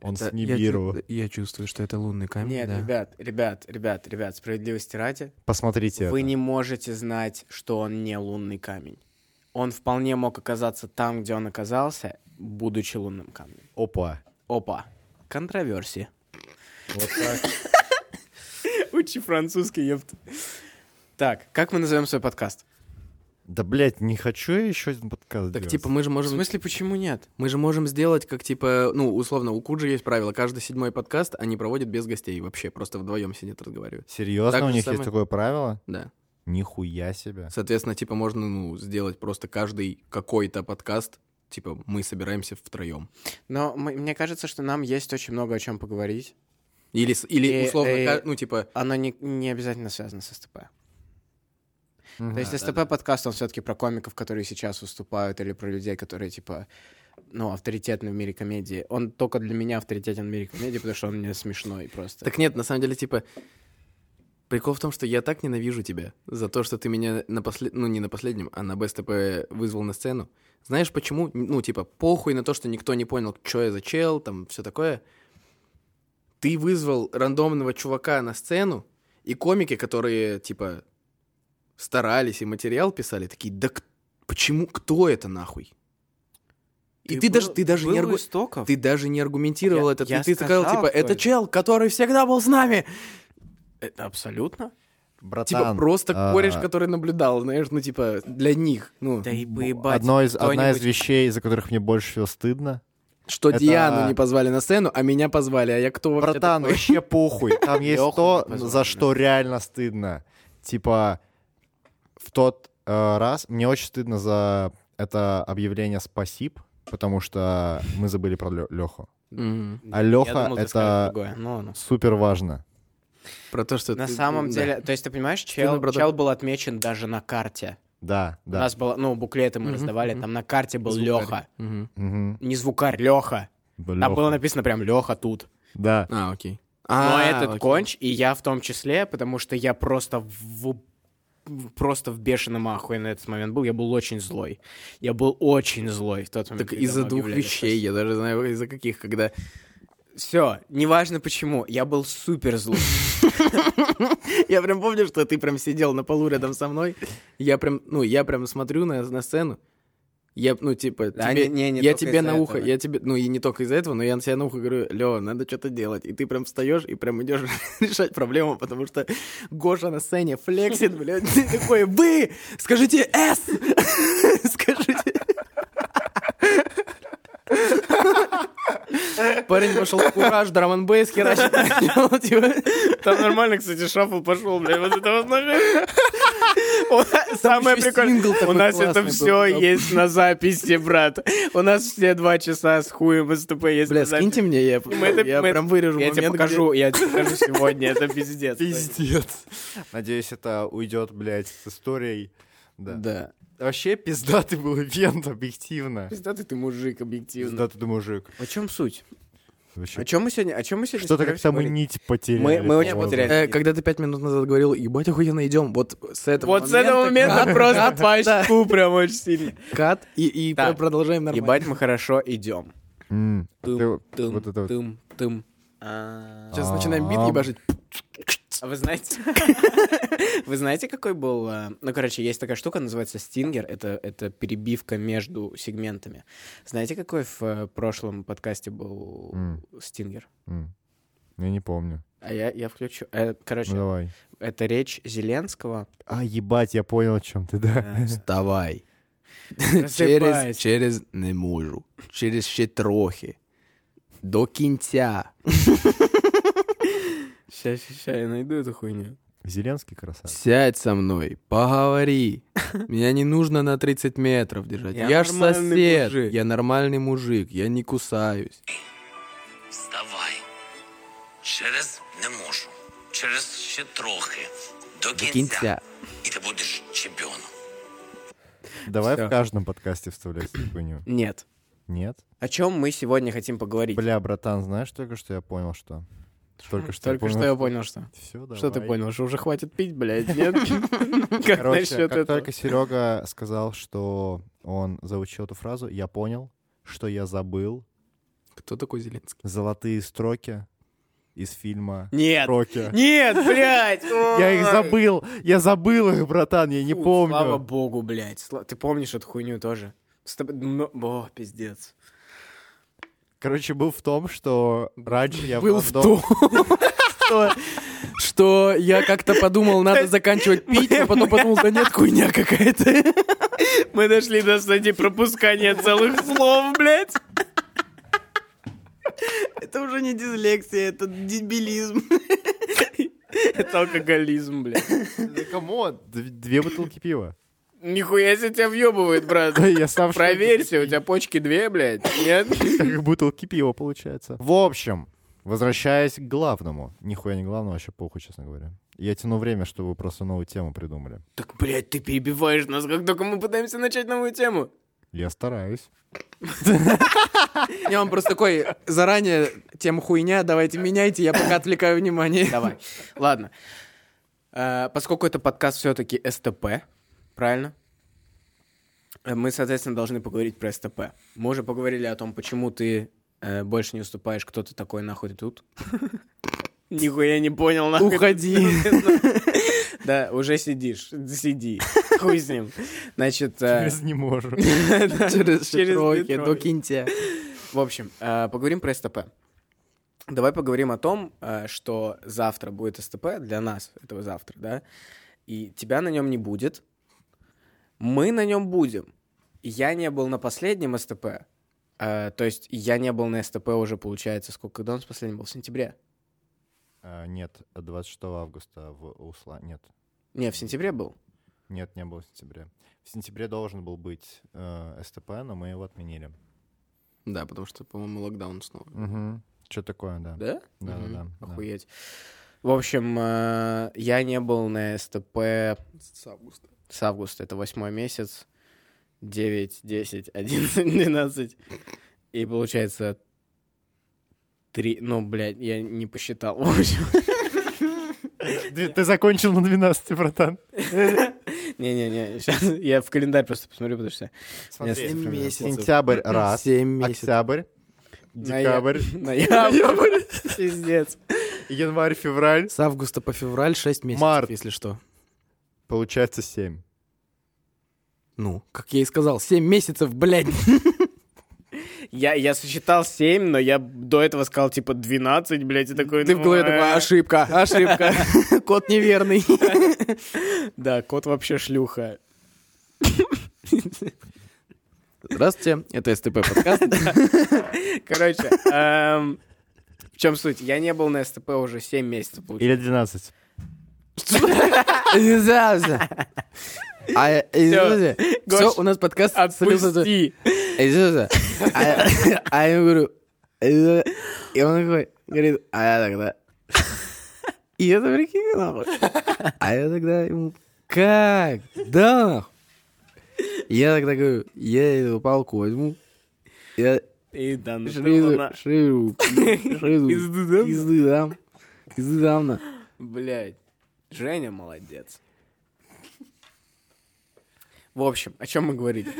Он
Это-
с
я чу-
Нибиру.
Я чувствую, что это лунный камень.
Нет,
да.
ребят, ребят, ребят, ребят, справедливости ради,
Посмотрите
вы
это.
не можете знать, что он не лунный камень. Он вполне мог оказаться там, где он оказался, будучи лунным камнем.
Опа.
Опа. Контроверсии.
Вот так.
Учи французский, ёпта. Так, как мы назовем свой подкаст?
Да, блядь, не хочу я еще один подкаст
Так
делать.
типа мы же
В
можем...
смысле, почему нет?
Мы же можем сделать, как типа, ну, условно, у Куджи есть правило, каждый седьмой подкаст они проводят без гостей вообще, просто вдвоем сидят, разговаривают. так
Серьезно, у
же
них
самое.
есть такое правило?
Да.
Нихуя себе.
Соответственно, типа, можно, ну, сделать просто каждый какой-то подкаст, типа, мы собираемся втроем.
Но мы- мне кажется, что нам есть очень много о чем поговорить.
Или, с- или
Э,
условно,
э,
ка- ну, типа,
Оно не, не обязательно связано с СТП.
Мгм.
То есть типа,
Да, да,
СТП подкаст, он все-таки про комиков, которые сейчас выступают, или про людей, которые типа ну, авторитетны в мире комедии. Он только для меня авторитетен в мире комедии, потому что он мне смешной просто.
Так нет, на самом деле, типа, прикол в том, что я так ненавижу тебя за то, что ты меня на последнем, ну не на последнем, а на БСТП вызвал на сцену. Знаешь почему? Ну, типа, похуй на то, что никто не понял, что я за чел, там, все такое. Ты вызвал рандомного чувака на сцену, и комики, которые, типа, старались и материал писали, такие, да к- почему, кто это нахуй? И ты, даже, ты даже не аргу-
Истоков?
ты даже не аргументировал
Я-
это.
я
ты, ты сказал,
сказал,
типа,
кто
это
это».
чел, который всегда был с нами.
Это Э, абсолютно?
Братан,
Типа, просто
а,
кореш, который наблюдал, знаешь, ну, типа, для них. Ну,
Да и
б-
поебать.
одно из- одна из
кто-нибудь-
вещей, из-за которых мне больше всего стыдно.
что
это-
Диану не позвали на сцену, а меня позвали, а я кто вообще
Братан,
такой?
вообще похуй. Там есть
Лёху
то,
не позвали,
за
да.
что реально стыдно. Типа, в тот э, раз мне очень стыдно за это объявление «Спасибо», потому что мы забыли про Леху.
Мгм.
А
Я
Леха
думал, ты скажешь
это
другое. Ну, ну.
супер важно.
Про то, что
На
ты-
самом
да.
деле, то есть ты понимаешь, чел,
наоборот-
чел был отмечен даже на карте.
Да,
У
да.
нас было, ну, буклеты мы
Мгм,
раздавали,
мгм.
там на карте был
Звукарь.
Леха.
Мгм.
Мгм.
Не звукарь, Леха. Там
Лёха.
А было написано прям Леха тут.
Да.
А, окей.
Но
А,
этот
окей.
конч, и я в том числе, потому что я просто в в- просто в бешеном ахуе на этот момент был. Я был очень злой. Я был очень злой в тот момент.
Так из-за двух вещей, я даже знаю, из-за каких, когда...
Все, неважно почему, я был супер злой.
Я прям помню, что ты прям сидел на полу рядом со мной. Я прям, ну, я прям смотрю на, на сцену. Я, ну, типа,
Да,
тебе-
не- не- не
я
только
тебе
из-за
на ухо,
этого.
я тебе, ну, и не только из-за этого, но я на тебя на ухо говорю, Лё, надо что-то делать. И ты прям встаешь и прям идешь решать проблему, потому что Гоша на сцене флексит, блядь, ты такой, вы, скажите «С», скажите... Парень пошел в кураж, драм бейс херачит. начал, типа.
Там нормально, кстати, шафл пошел, блядь, вот это вот
Там
Самое
ещё
прикольное,
сингл
у
такой
нас
классный
это
был.
все есть на записи, брат. У нас все два часа с хуем СТП есть
Бля,
на записи.
скиньте мне, я,
Мы это-
я
мы-
прям вырежу
Я тебе
момент,
покажу, я тебе покажу сегодня, это пиздец.
Пиздец. Надеюсь, это уйдет, блядь, с историей.
где-
Да.
Да.
Вообще пиздатый был ивент, объективно.
Пиздатый ты мужик, объективно.
Пиздатый ты мужик.
О чем суть?
Вообще.
О чем мы сегодня? О чем мы сегодня?
Что-то
собираемся
как-то мы
говорить?
нить потеряли.
Мы- мы очень
по-моему.
потеряли.
Э, когда ты пять минут назад говорил, ебать охуенно идем, вот с этого
Вот с этого момента просто по очку прям очень сильно.
кат, и, и
Да.
пр- продолжаем нормально.
Ебать, мы хорошо идем.
М, а ты вот-
Тым,
вот это вот.
тым, тым. А
Сейчас начинаем бит
А-ам.
ебашить.
а вы знаете, вы знаете, какой был... э, Ну, короче, есть такая штука, называется стингер. Это, это перебивка между сегментами. Знаете, какой в э, прошлом подкасте был
М,
стингер?
м. Я не помню.
А я, я включу. Э, короче,
Ну давай.
это речь Зеленского. э,
А, ебать, я понял, о чем ты, да.
Вставай.
Просыпайся.
Через, через не можу. Через ще трохи. До кінця.
Сейчас, сейчас, я найду эту хуйню.
Зеленский красавец.
Сядь со мной, поговори. Меня не нужно на 30 метров держать.
Я
Я, ж
нормальный
сосед.
мужик.
Я нормальный мужик, я не кусаюсь.
Вставай. Через не можу. Через ще трохи. До
До
кінця.
кінця.
І ти будеш чемпіоном.
Давай
Всё.
в каждом подкасте вставлять эту хуйню.
Нет.
Нет?
О чем мы сегодня хотим поговорить?
Бля, братан, знаешь только что я понял, что? Только что
Только что я понял, что.
Все,
Что ты понял, что уже хватит пить, блядь, нет? Как
Короче,
насчет
как
этого?
только Серега сказал, что он заучил эту фразу, я понял, что я забыл
Кто такой Зеленский?
Золотые строки из фильма
Нет!
«Рокки».
Нет, блядь!
Я их забыл, я забыл их, братан, я не
Фу,
помню.
Слава богу, блядь. Сла- Ты помнишь эту хуйню тоже? С тоб- ну, О, пиздец.
Короче, был в том, что раньше я
Был в том, что- что я как-то подумал, надо заканчивать пить, а потом подумал, да нет, хуйня какая-то.
Мы дошли до стадии пропускания целых слов, блядь. Это уже не дислексия, это дебилизм. Это алкоголизм, блядь.
Да камон, дв- две бутылки пива.
Нихуя себе тебя въебывает, брат.
Я сам в шоке.
Проверься, у тебя почки две, блядь. Нет?
Как бутылки пива получается. В общем, возвращаясь к главному. Нихуя не главное, вообще похуй, честно говоря. Я тяну время, чтобы вы просто новую тему придумали.
Так, блядь, ты перебиваешь нас, как только мы пытаемся начать новую тему.
Я стараюсь.
Я вам просто такой, заранее тема хуйня, давайте меняйте, я пока отвлекаю внимание.
Давай. Ладно. Э, Поскольку это подкаст все-таки СТП, правильно? Э, Мы, соответственно, должны поговорить про СТП. Мы уже поговорили о том, почему ты э, больше не уступаешь, кто ты такой, нахуй ты тут. Нихуя не понял, нахуй. ты
Уходи.
Да, уже сидишь. Сиди. Хуй с ним. Значит, э,
Без не могу.
Через
Через
широки,
Детройт.
докиньте.
В общем, э, поговорим про СТП. Давай поговорим о том, э, что завтра будет СТП для нас, этого завтра, да? И тебя на нем не будет. Мы на нем будем. Я не был на последнем СТП. э, то есть я не был на СТП уже, получается, сколько, когда он с последним был? В сентябре?
А, Нет, 26 августа в Усла... Нет,
Не, в сентябре был.
нет, не было в сентябре. В сентябре должен был быть э, СТП, но мы его отменили.
Да, потому что, по-моему, локдаун снова.
Угу. Что такое, да.
Да?
Да, да, да,
Мгм.
да.
Охуеть. В общем, э, я не был на СТП
С августа.
с августа. Это восьмой месяц. 9, 10, 11, 12. И получается 3... Ну, блядь, я не посчитал. В общем,
Ты, ты закончил на 12, братан.
не-не-не, сейчас я в календарь просто посмотрю, потому что...
Смотри,
Семь месяцев.
Сентябрь раз,
Семь месяцев.
октябрь, декабрь,
Ноя- Ноябрь. Пиздец.
январь, февраль.
С августа по февраль 6 месяцев,
Март.
если что.
Получается 7.
Ну, как я и сказал, 7 месяцев, блядь.
Я, я сосчитал 7, но я до этого сказал, типа, 12, блядь, и такой...
Ты в
ну,
голове
э.
такой, ошибка, ошибка. Код неверный.
Да, кот вообще шлюха.
Здравствуйте, это СТП подкаст.
Короче, эм, в чем суть? Я не был на СТП уже 7 месяцев, получается.
Или 12.
А, Все,
Гош,
у нас подкаст абсолютно...
Отпусти!
Эй, слушай, А а я ему говорю, «Э, э». и он такой, говорит, а я тогда. И это прикинь, нахуй. А я тогда ему, как? Да, нахуй. Я тогда говорю, я эту палку возьму, я
И да, ну ты
шриру,
луна.
шриру, шриру,
Пизду дам?
пизды дам, пизды дам, на.
Блядь, Женя молодец. В общем, о чем мы говорили?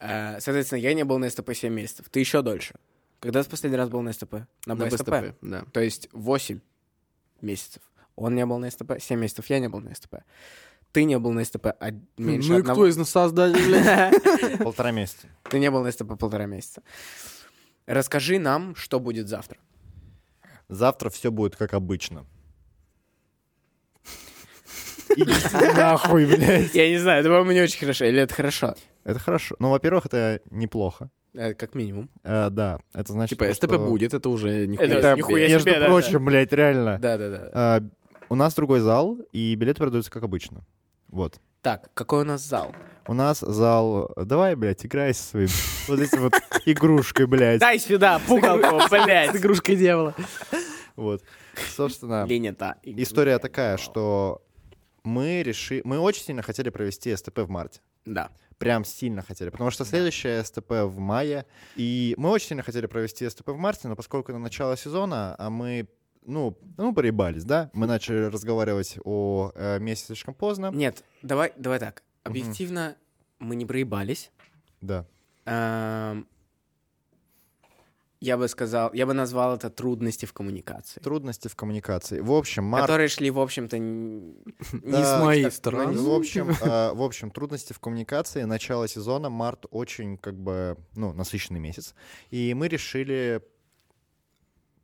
Э, Соответственно, я не был на СТП 7 месяцев. Ты еще дольше. Когда ты в последний раз был на СТП? На, БСТП.
да.
То есть 8 месяцев. Он не был на СТП, 7 месяцев я не был на СТП. Ты не был на СТП а меньше
ну и
одного.
кто из нас создатель?
Полтора месяца.
Ты не был на СТП полтора месяца. Расскажи нам, что будет завтра.
Завтра все будет как обычно. Идите нахуй, блядь.
Я не знаю, это, по-моему, не очень хорошо. Или это хорошо?
Это хорошо. Ну, во-первых, это неплохо.
Э, Как минимум.
Э, да, это значит...
Типа,
то,
СТП
что-
будет, это уже
Это
нихуя.
Это,
нихуя
между
себе, да,
прочим, блядь, реально.
Да-да-да.
Э, у нас другой зал, и билеты продаются как обычно. Вот.
Так, какой у нас зал?
У нас зал... Давай, блядь, играй со своим... Вот этим вот игрушкой, блядь.
Дай сюда, пугалку,
С
блядь.
игрушкой дьявола.
Вот. Собственно...
Принято.
История такая, что мы решили... Мы очень сильно хотели провести СТП в марте.
Да.
Прям сильно хотели, потому что следующее СТП в мае. И мы очень сильно хотели провести СТП в марте, но поскольку это начало сезона, а мы, ну, ну поребались, да? Мы начали разговаривать о э, месяце слишком поздно.
Нет, давай, давай так. Объективно, мы не проебались.
Да.
Эм, я бы сказал, я бы назвал это трудности в коммуникации.
Трудности в коммуникации. В общем, Марк...
Которые шли, в общем-то, н- не
Да,
с моей
так,
стороны.
А,
ну,
В общем, э, в общем, трудности в коммуникации. Начало сезона, март очень как бы ну насыщенный месяц, и мы решили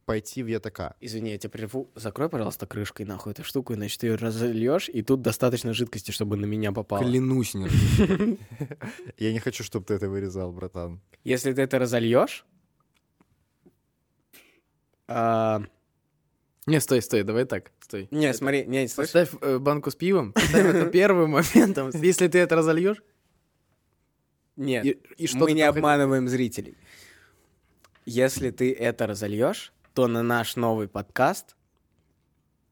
пойти в ЯТК.
Извини, я тебя прерву. Закрой, пожалуйста, крышкой нахуй эту штуку, иначе ты ее разольешь, и тут достаточно жидкости, чтобы на меня попало.
Клянусь, нет.
Я не хочу, чтобы ты это вырезал, братан.
Если ты это разольешь, а,
Не, стой, стой, давай так, стой.
не, смотри, не, слышишь?
Поставь э, банку с пивом, ставь это первым моментом. Если ты это разольешь,
Нет,
и, и что
мы
ты
не
там
обманываем зрителей. Если ты это разольешь, то на наш новый подкаст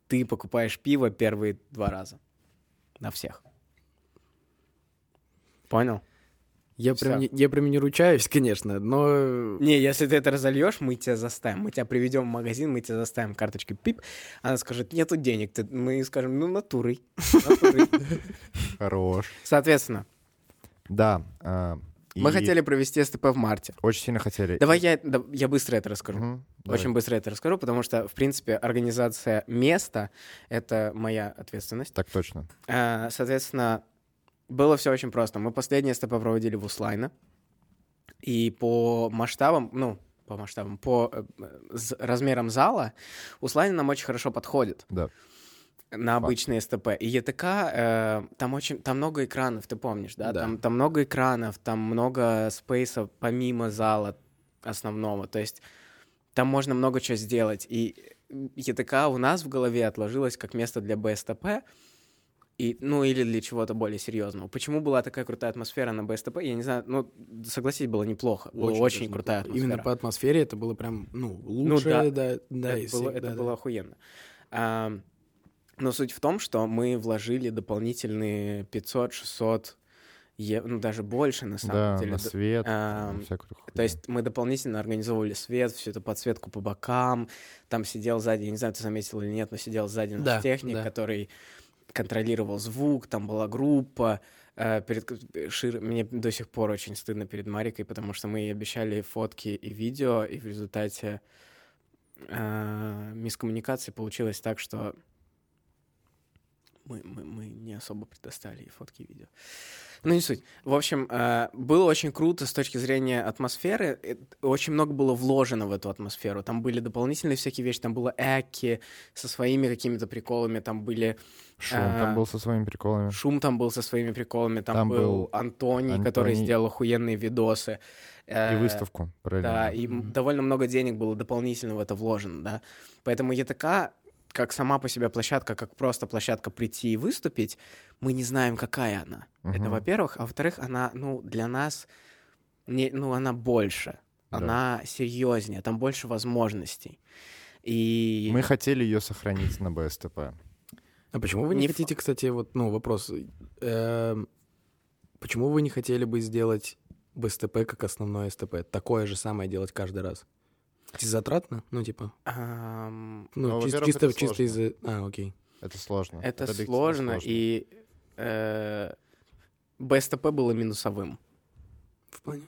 ты покупаешь пиво первые два раза. На всех. Понял?
хотел? я
Всё.
прям, не, я прям не ручаюсь, конечно, но
типа.
Не, если ты это разольешь, мы тебя заставим. Мы тебя приведем в магазин, мы тебя заставим карточки пип. Она скажет, нету денег. Ты- Мы скажем, ну, натурой. натурой».
Хорош.
Соответственно,
Да. э,
мы
и
хотели провести СТП в марте.
Очень сильно хотели.
Давай я, да- я быстро это расскажу.
Мгм, давай.
Очень быстро это расскажу, потому что, в принципе, организация места — это моя ответственность.
Так точно.
Э, Соответственно, было все очень просто. Мы последнее СТП проводили в Услайна, и по масштабам, ну, по масштабам, по э, з- размерам зала Услайна нам очень хорошо подходит
Да.
на обычные СТП. И ЕТК, э, там очень, там много экранов, ты помнишь, да?
Да.
Там, там много экранов, там много спейсов помимо зала основного. То есть там можно много чего сделать. И ЕТК у нас в голове отложилось как место для БСТП, и, ну или для чего-то более серьезного. Почему была такая крутая атмосфера на БСТП, я не знаю, ну, согласись, было неплохо. Была очень,
вкусно.
крутая атмосфера.
Именно по атмосфере это было прям, ну,
Ну
лучшее, да, да, и
это, было,
всегда,
это
да.
было охуенно. Ам, но суть в том, что мы вложили дополнительные 500-600 евро, ну даже больше на самом
Да,
деле.
на
Д-
свет.
эм,
на всякую хуйню.
То есть мы дополнительно организовывали свет, всю эту подсветку по бокам. Там сидел сзади, я не знаю, ты заметил или нет, но сидел сзади наш
Да,
техник,
да.
который контролировал звук, там была группа. э, перед к- Шир- Мне до сих пор очень стыдно перед Марикой, потому что мы ей обещали фотки и видео, и в результате э, мискоммуникации получилось так, что мы, мы, мы не особо предоставили ей фотки и видео. Ну, не суть. В общем, э, было очень круто с точки зрения атмосферы. Э, Очень много было вложено в эту атмосферу. Там были дополнительные всякие вещи. Там было Эки со своими какими-то приколами. Там были...
Шум там
а,
был со своими приколами.
Шум там был со своими приколами. Там,
Там
был,
был
Антоний, который
Антоний.
сделал охуенные видосы.
И
Э,
выставку. правильно.
да, и м- довольно много денег было дополнительно в это вложено, да. Поэтому ЕТК, как сама по себе площадка, как просто площадка прийти и выступить, мы не знаем, какая она. Это,
Мгм.
во-первых. А во-вторых, она, ну, для нас, не, ну, она больше.
Да.
Она серьезнее, там больше возможностей. И...
Мы хотели ее сохранить на БСТП.
А почему вы не,
Не фа-
хотите, кстати, вот, ну, вопрос. эм, почему вы не хотели бы сделать БСТП как основное СТП? Такое же самое делать каждый раз? Это затратно? Ну, типа,
Ам,
Ну,
ну, чис-
во-первых,
чисто,
это
чисто
сложно.
из-за... А, окей.
Это сложно.
Это,
объективно
сложно, и э, БСТП было минусовым
В плане?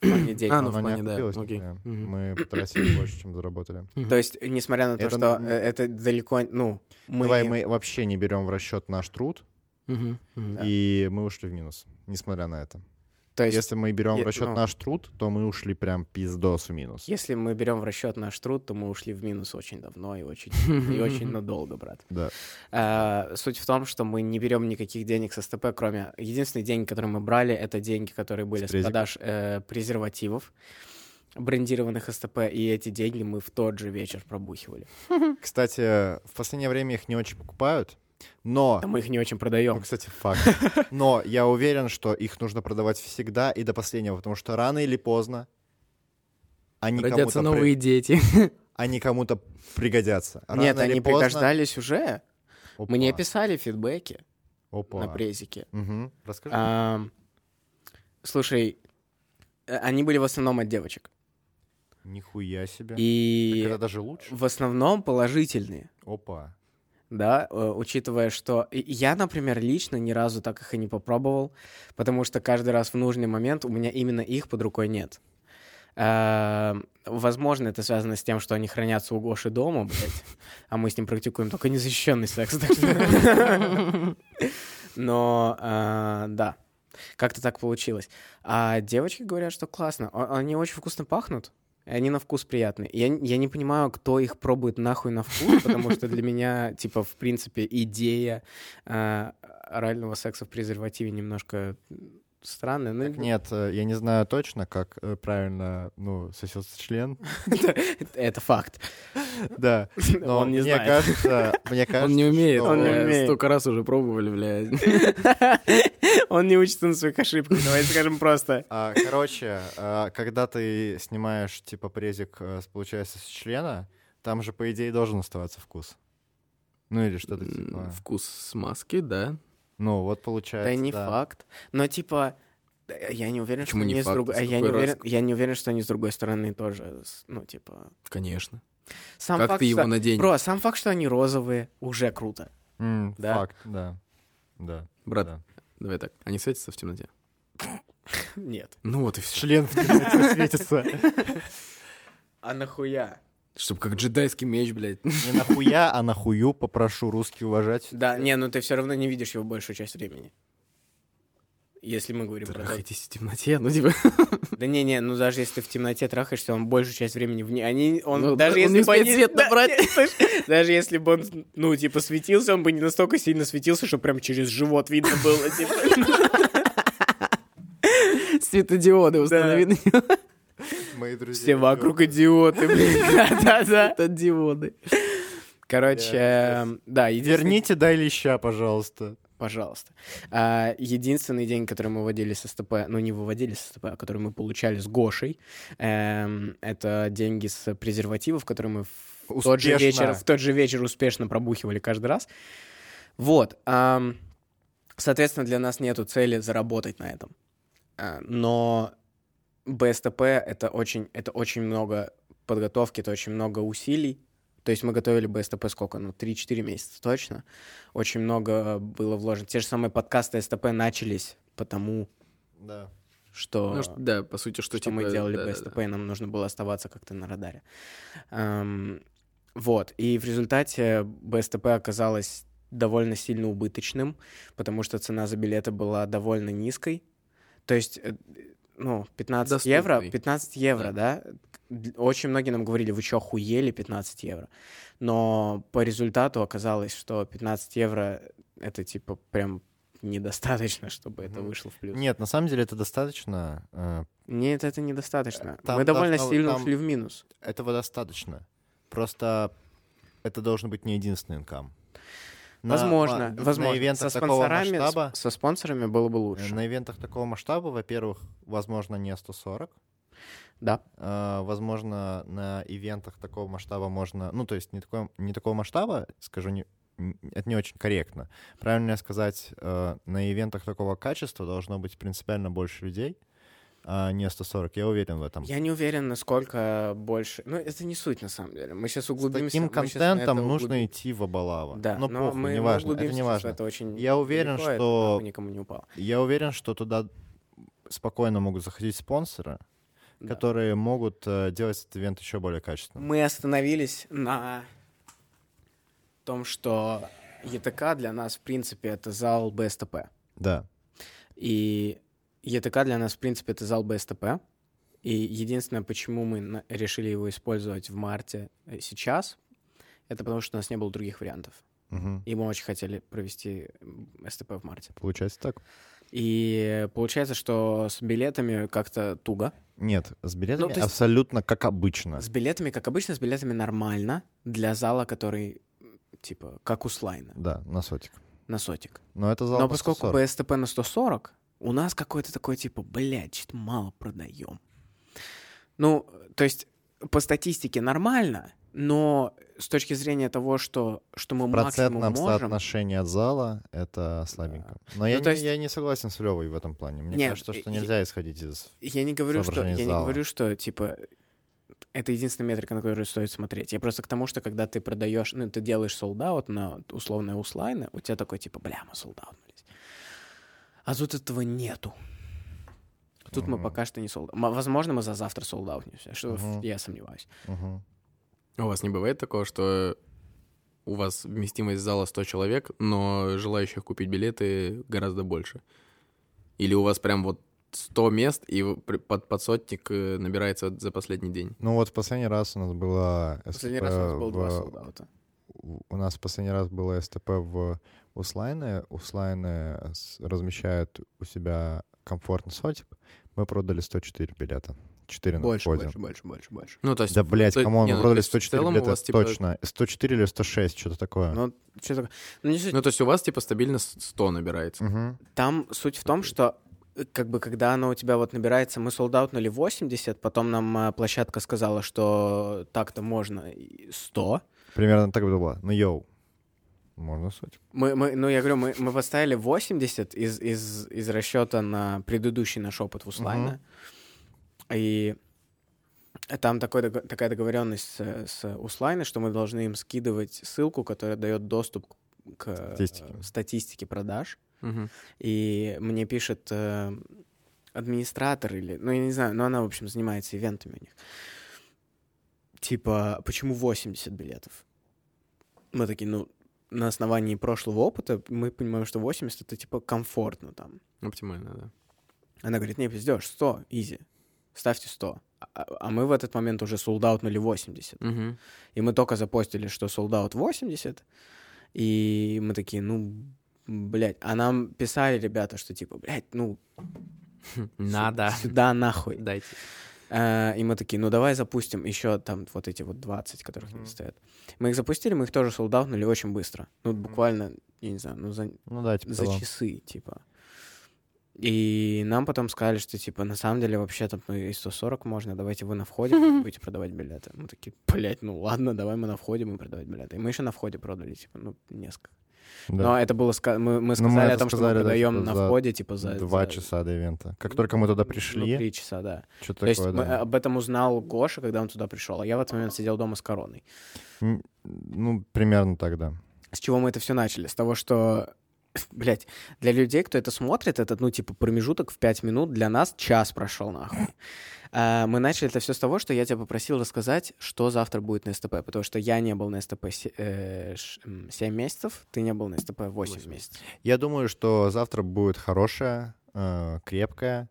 в плане денег.
А, ну, в
Она не
плане, да,
окупилась
окей.
нигде.
Мгм.
Мы потратили больше, чем заработали.
То есть, несмотря на то,
Это
что
н-
э, это далеко, ну, мы...
Давай мы вообще не берем в расчет наш труд,
Мгм, мгм.
и мы ушли в минус, несмотря на это.
То есть, если...
Если мы берем
я-
в расчет
ну.
наш труд, то мы ушли прям пиздос в минус.
мы берем в расчет наш труд, то мы ушли в минус очень давно и очень, и очень надолго, брат.
Да.
Э, суть в том, что мы не берем никаких денег с СТП, кроме... Единственные деньги, которые мы брали, это деньги, которые
С
были с
презик.
продаж э, презервативов брендированных СТП, и эти деньги мы в тот же вечер пробухивали.
Кстати, в последнее время их не очень покупают, но...
Да мы их не очень
Ну,
продаем.
кстати, факт. Но я уверен, что их нужно продавать всегда и до последнего, потому что рано или поздно они
Родятся
кому-то при-
новые дети.
они кому-то пригодятся. Рано
Нет,
или
они
поздно-
подождались уже.
Опа,
Мне писали фидбэки
опа.
на презике.
Мгм. А, Расскажи.
Ам, Слушай, э, они были в основном от девочек.
Нихуя себе. Так
И
это даже лучше.
в основном положительные,
Опа.
да, э, учитывая, что и- я, например, лично ни разу так их и не попробовал, потому что каждый раз в нужный момент у меня именно их под рукой нет. Э, Возможно, это связано с тем, что они хранятся у Гоши дома, блядь, а мы с ним практикуем только незащищенный секс. так что- Но, э, да, как-то так получилось. А девочки говорят, что классно. А- Они очень вкусно пахнут, и они на вкус приятные. Я, н- я не понимаю, кто их пробует нахуй на вкус, потому что для меня, типа, в принципе, идея э, орального секса в презервативе немножко странная. Ну,
Нет, э, я не знаю точно, как э, правильно, ну, сосется член.
это факт.
Да, но
Он не
мне
знает.
кажется, мне кажется,
Он не умеет.
что-
он не
бля,
умеет.
Столько раз уже пробовали, блядь.
Он не учится на своих ошибках, давайте скажем просто.
А, Короче, а, когда ты снимаешь, типа, презик, э, с- получается, с члена, там же, по идее, должен оставаться вкус. Ну или что-то
М,
типа.
Вкус смазки, да.
Ну, вот получается.
Да не факт. Но типа, э, я не уверен,
Почему
что
не
они с
факт?
другой...
С
а Я не,
какой
уверен,
раз-
я не уверен, что они с другой стороны тоже, с- ну, типа...
Конечно.
Сам
как
факт,
ты его
что...
наденешь?
Бро, сам факт, что они розовые, уже круто.
М,
Да.
Факт, да. Да.
Брат,
да.
давай так. Они светятся в темноте?
Нет.
Ну вот и все.
Член в темноте светится.
А нахуя?
Чтобы как джедайский меч, блядь.
Не нахуя, а нахую попрошу русский уважать.
Да, не, ну ты все равно не видишь его большую часть времени. Если мы говорим про...
Трахайтесь в темноте, ну типа.
Да не, не, ну даже если ты в темноте трахаешься, он большую часть времени вне. Они, он
Ну,
даже
да, он
если
не
бы они-
успеет свет
да,
набрать.
нет, слышь, даже если бы он, ну типа светился, он бы не настолько сильно светился, что прям через живот видно было. типа.
Светодиоды установлены.
Мои друзья.
Все вокруг идиоты, блин. Да-да-да.
Светодиоды.
Короче, э, да, единственный-
Верните дай леща, пожалуйста.
Пожалуйста. А, единственный день, который мы выводили с СТП, ну не выводили с СТП, а который мы получали с Гошей, эм, это деньги с презервативов, которые мы в тот, же
Успешно.
вечер, в тот же вечер успешно пробухивали каждый раз. Вот. ам, соответственно, для нас нету цели заработать на этом. А, но БСТП это очень, это очень много подготовки, это очень много усилий. То есть мы готовили БСТП сколько? Ну, 3-4 месяца точно. Очень много э, было вложено. Те же самые подкасты СТП начались потому,
Да.
что,
Ну, что- да, по сути, что,
что мы
типа,
делали
да, да,
БСТП,
да.
и нам нужно было оставаться как-то на радаре. Эм, вот. И в результате БСТП оказалось довольно сильно убыточным, потому что цена за билеты была довольно низкой. То есть, э, ну, 15 евро,
Доступный.
15 евро, да. Д- Очень многие нам говорили, вы что, хуели 15 евро? Но по результату оказалось, что 15 евро — это, типа, прям недостаточно, чтобы это
Мгм.
вышло в плюс.
Нет, на самом деле это достаточно. э,
Нет, это недостаточно.
Там
Мы довольно
должно-
сильно
там-
ушли в минус.
Этого достаточно. Просто это должен быть не единственный инкам. На-
возможно,
на-
возможно.
На ивентах
со
такого
спонсорами,
масштаба...
с- со спонсорами было бы
Э,
лучше.
На ивентах такого масштаба, во-первых, возможно, не 140.
Да.
Э, Возможно, на ивентах такого масштаба можно... Ну, то есть не, такой, не такого масштаба, скажу, не, н- это не очень корректно. Правильно сказать, э, на ивентах такого качества должно быть принципиально больше людей, а не 140. Я уверен в этом.
Я не уверен, насколько больше. Ну, это не суть на самом деле. Мы сейчас
С
углубимся.
таким
мы щас на
контентом
это
нужно
углубим-
идти в обалава.
Да,
но,
но
похуй,
мы, мы
неважно, это
углубимся,
не
потому
важно.
что Это очень
Я уверен,
далеко, это
что-
нахуй никому не упало.
Я уверен, что туда спокойно могут заходить спонсоры,
Да. Ну.
которые могут э, делать этот ивент еще более качественным.
Мы остановились на том, что ЕТК для нас, в принципе, это зал БСТП.
Да.
И ЕТК для нас, в принципе, это зал БСТП. И единственное, почему мы на- решили его использовать в марте э, сейчас, это потому что у нас не было других вариантов.
Мгм.
И мы очень хотели провести м, СТП в марте.
Получается так?
И получается, что с билетами как-то туго.
Нет, с билетами
Ну, то есть-
абсолютно как обычно.
С билетами, как обычно, с билетами нормально для зала, который м, типа как у слайна,
Да, на сотик.
на сотик.
Но это зал
Но
по
поскольку
140.
БСТП на 140, у нас какой-то такой типа, блядь, что-то мало продаем. Ну, то есть по статистике нормально, но с точки зрения того, что, что мы
в
максимум
процентном
можем...
соотношении от зала это слабенько. Но я,
Ну, то
не,
есть-
я не согласен с Левой в этом плане. Мне
Нет,
кажется, что
и-
нельзя исходить из...
Я не говорю, что, я
соображение
не
зала.
говорю, что типа это единственная метрика, на которую стоит смотреть. Я просто к тому, что когда ты продаешь, ну, ты делаешь солдаут на условное услайны, у тебя такой типа, бля, мы солдаутнулись. А тут этого нету. Тут мы пока что не солд. Возможно, мы за завтра солдаутнемся, что в-
Мгм.
я сомневаюсь.
Мгм.
У вас не бывает такого, что у вас вместимость зала 100 человек, но желающих купить билеты гораздо больше? Или у вас прям вот 100 мест, и вы при- под, под сотник э, набирается за последний день?
Ну вот в последний раз у нас было...
Последний раз у нас
СП
было два
в-
солдаута.
у у нас в последний раз было СТП в Услайне. Услайны с- размещают у себя комфортный сотик. Мы продали 104 билета. 4 на
Больше,
входе.
больше, больше, больше, больше.
Ну, то есть...
Да, блядь,
То-
камон,
не,
мы
ну, то
продали
есть в
104
целом у
билета,
вас, типа,
точно. 104 или 106, что-то такое.
Ну, что такое? Ну, не суть.
Ну, то есть у вас, типа, стабильно с- 100 набирается.
Мгм.
Там суть в том, что э, как бы когда оно у тебя вот набирается, мы солдаутнули 80, потом нам э, площадка сказала, что так-то можно и 100.
Примерно так было. Ну, йоу. Можно сотик.
Мы, мы, ну, я говорю, мы, мы поставили 80 из, из, из расчета на предыдущий наш опыт в Услайне. И там такой, дого- такая договоренность с, с Услайне, что мы должны им скидывать ссылку, которая дает доступ к- к э,
Статистике.
статистике продаж.
Мгм.
И мне пишет э, администратор или... Ну, я не знаю, но она, в общем, занимается ивентами у них. Типа, почему 80 билетов? Мы такие, ну, на основании прошлого опыта мы понимаем, что 80 — это, типа, комфортно там.
Оптимально, да.
Она говорит, не, пиздешь, 100, изи, ставьте 100. А, а мы в этот момент уже солдаутнули 80.
Мгм.
И мы только запостили, что солдат 80. И мы такие, ну, блядь. А нам писали ребята, что типа, блядь, ну,
Надо.
сюда нахуй.
Дайте.
Э, И мы такие, ну давай запустим еще там вот эти вот 20, которых не стоят. Мы их запустили, мы их тоже солдатнули очень быстро. Ну, буквально, я не знаю, ну за,
Ну да, типа
за
того.
часы, типа. И нам потом сказали, что, типа, на самом деле, вообще, там, ну, и 140 можно, давайте вы на входе будете продавать билеты. Мы такие, блядь, ну ладно, давай мы на входе будем продавать билеты. И мы еще на входе продали, типа, ну, несколько.
Да.
Но это было, ска- мы, мы
Ну, мы
сказали
это
о том, что
сказали,
мы
да,
продаем
типа,
на
за
входе, типа, за...
Два
за-
часа до ивента. Как только мы туда пришли,
Ну, три часа, да.
что
То есть
такое,
мы э,
да.
а,
об этом узнал Гоша, когда он туда пришел, а я в этот момент сидел дома с короной.
М, Ну, примерно так, да.
С чего мы это все начали? С того, что, блядь, для людей, кто это смотрит, этот, ну, типа, промежуток в пять минут, для нас час прошел нахуй. А, Мы начали это все с того, что я тебя попросил рассказать, что завтра будет на СТП, потому что я не был на СТП э, 7 месяцев, ты не был на СТП 8 месяцев.
Я думаю, что завтра будет хорошая, э, крепкая,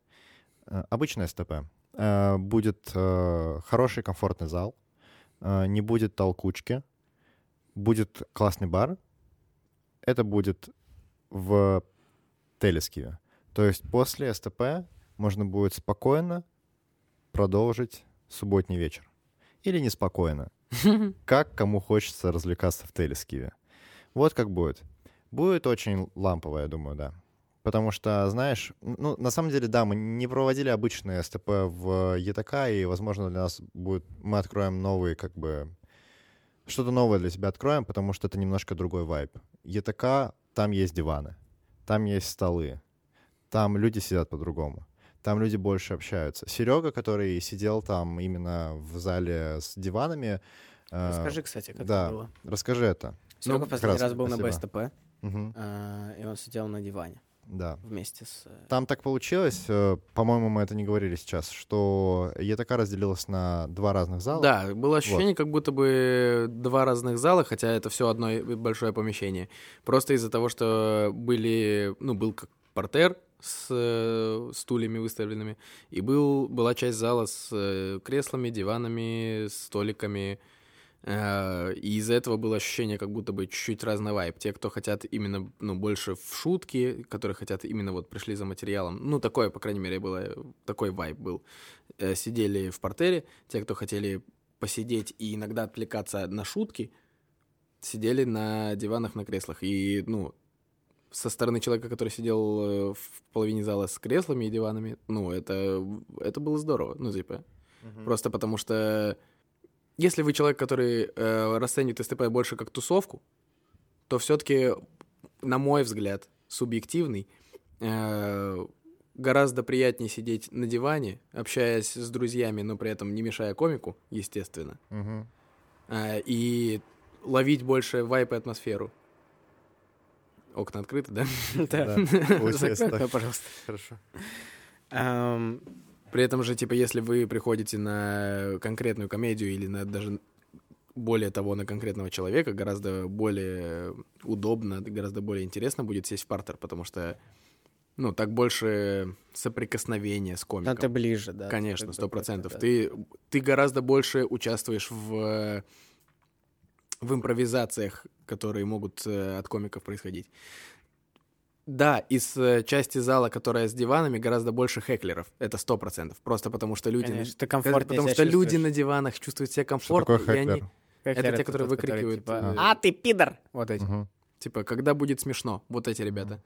э, обычная СТП. Э, Будет э, хороший, комфортный зал, э, не будет толкучки, будет классный бар. Это будет в Телескиве. То есть после СТП можно будет спокойно продолжить субботний вечер. Или неспокойно. Как кому хочется развлекаться в Телескиве. Вот как будет. Будет очень лампово, я думаю, да. Потому что, знаешь, ну, на самом деле, да, мы не проводили обычные СТП в ЕТК, и, возможно, для нас будет... Мы откроем новые, как бы... Что-то новое для себя откроем, потому что это немножко другой вайб. ЕТК, там есть диваны, там есть столы, там люди сидят по-другому, там люди больше общаются. Серега, который сидел там именно в зале с диванами... э,
Расскажи, кстати, как
да.
это было.
Расскажи это.
Серега
как
последний
раз,
раз был на
спасибо.
БСТП,
Мгм,
а, и он сидел на диване
да.
вместе с... э,
Там так получилось, э, по-моему, мы это не говорили сейчас, что ЕТК разделилась на два разных зала.
Да, было ощущение, как будто бы два разных зала, хотя это все одно и- большое помещение. Просто из-за того, что были, ну, был как портер с э, стульями выставленными, и был, была часть зала с э, креслами, диванами, столиками. Э, И из-за этого было ощущение, как будто бы чуть-чуть разный вайб. Те, кто хотят именно, ну, больше в шутки, которые хотят именно вот пришли за материалом, ну, такое, по крайней мере, было, такой вайб был. Э, Сидели в портере, те, кто хотели посидеть и иногда отвлекаться на шутки, сидели на диванах, на креслах. И, ну, со стороны человека, который сидел э, в половине зала с креслами и диванами, ну, это, это было здорово. Ну, типа, просто потому что если вы человек, который э, расценивает СТП больше как тусовку, то все-таки, на мой взгляд, субъективный, э, гораздо приятнее сидеть на диване, общаясь с друзьями, но при этом не мешая комику, естественно,
Мгм.
а, и ловить больше вайп и атмосферу. Окна открыты, да?
Да,
Да.
получилось
Закрой
так.
окно, пожалуйста.
Хорошо.
Эм,
При этом же, типа, если вы приходите на конкретную комедию или на даже более того, на конкретного человека, гораздо более удобно, гораздо более интересно будет сесть в партер, потому что, ну, так больше соприкосновения с
Да,
комиком.
ты ближе, да.
Конечно,
Ты-
сто процентов.
да.
Ты, ты гораздо больше участвуешь в, в импровизациях, которые могут э, от комиков происходить. Да, из э, части зала, которая с диванами, гораздо больше хеклеров. Это сто процентов. Просто потому что люди... на-
Конечно, ты комфортнее
потому
себя
что люди
чувствуешь.
на диванах чувствуют себя
Что
комфортно.
такое
и они-
хеклер?
Хеклер
это те, которые
тот, который,
выкрикивают,
типа,
э,
А, ты пидор! Вот эти.
Мгм.
Типа, когда будет смешно, вот эти ребята.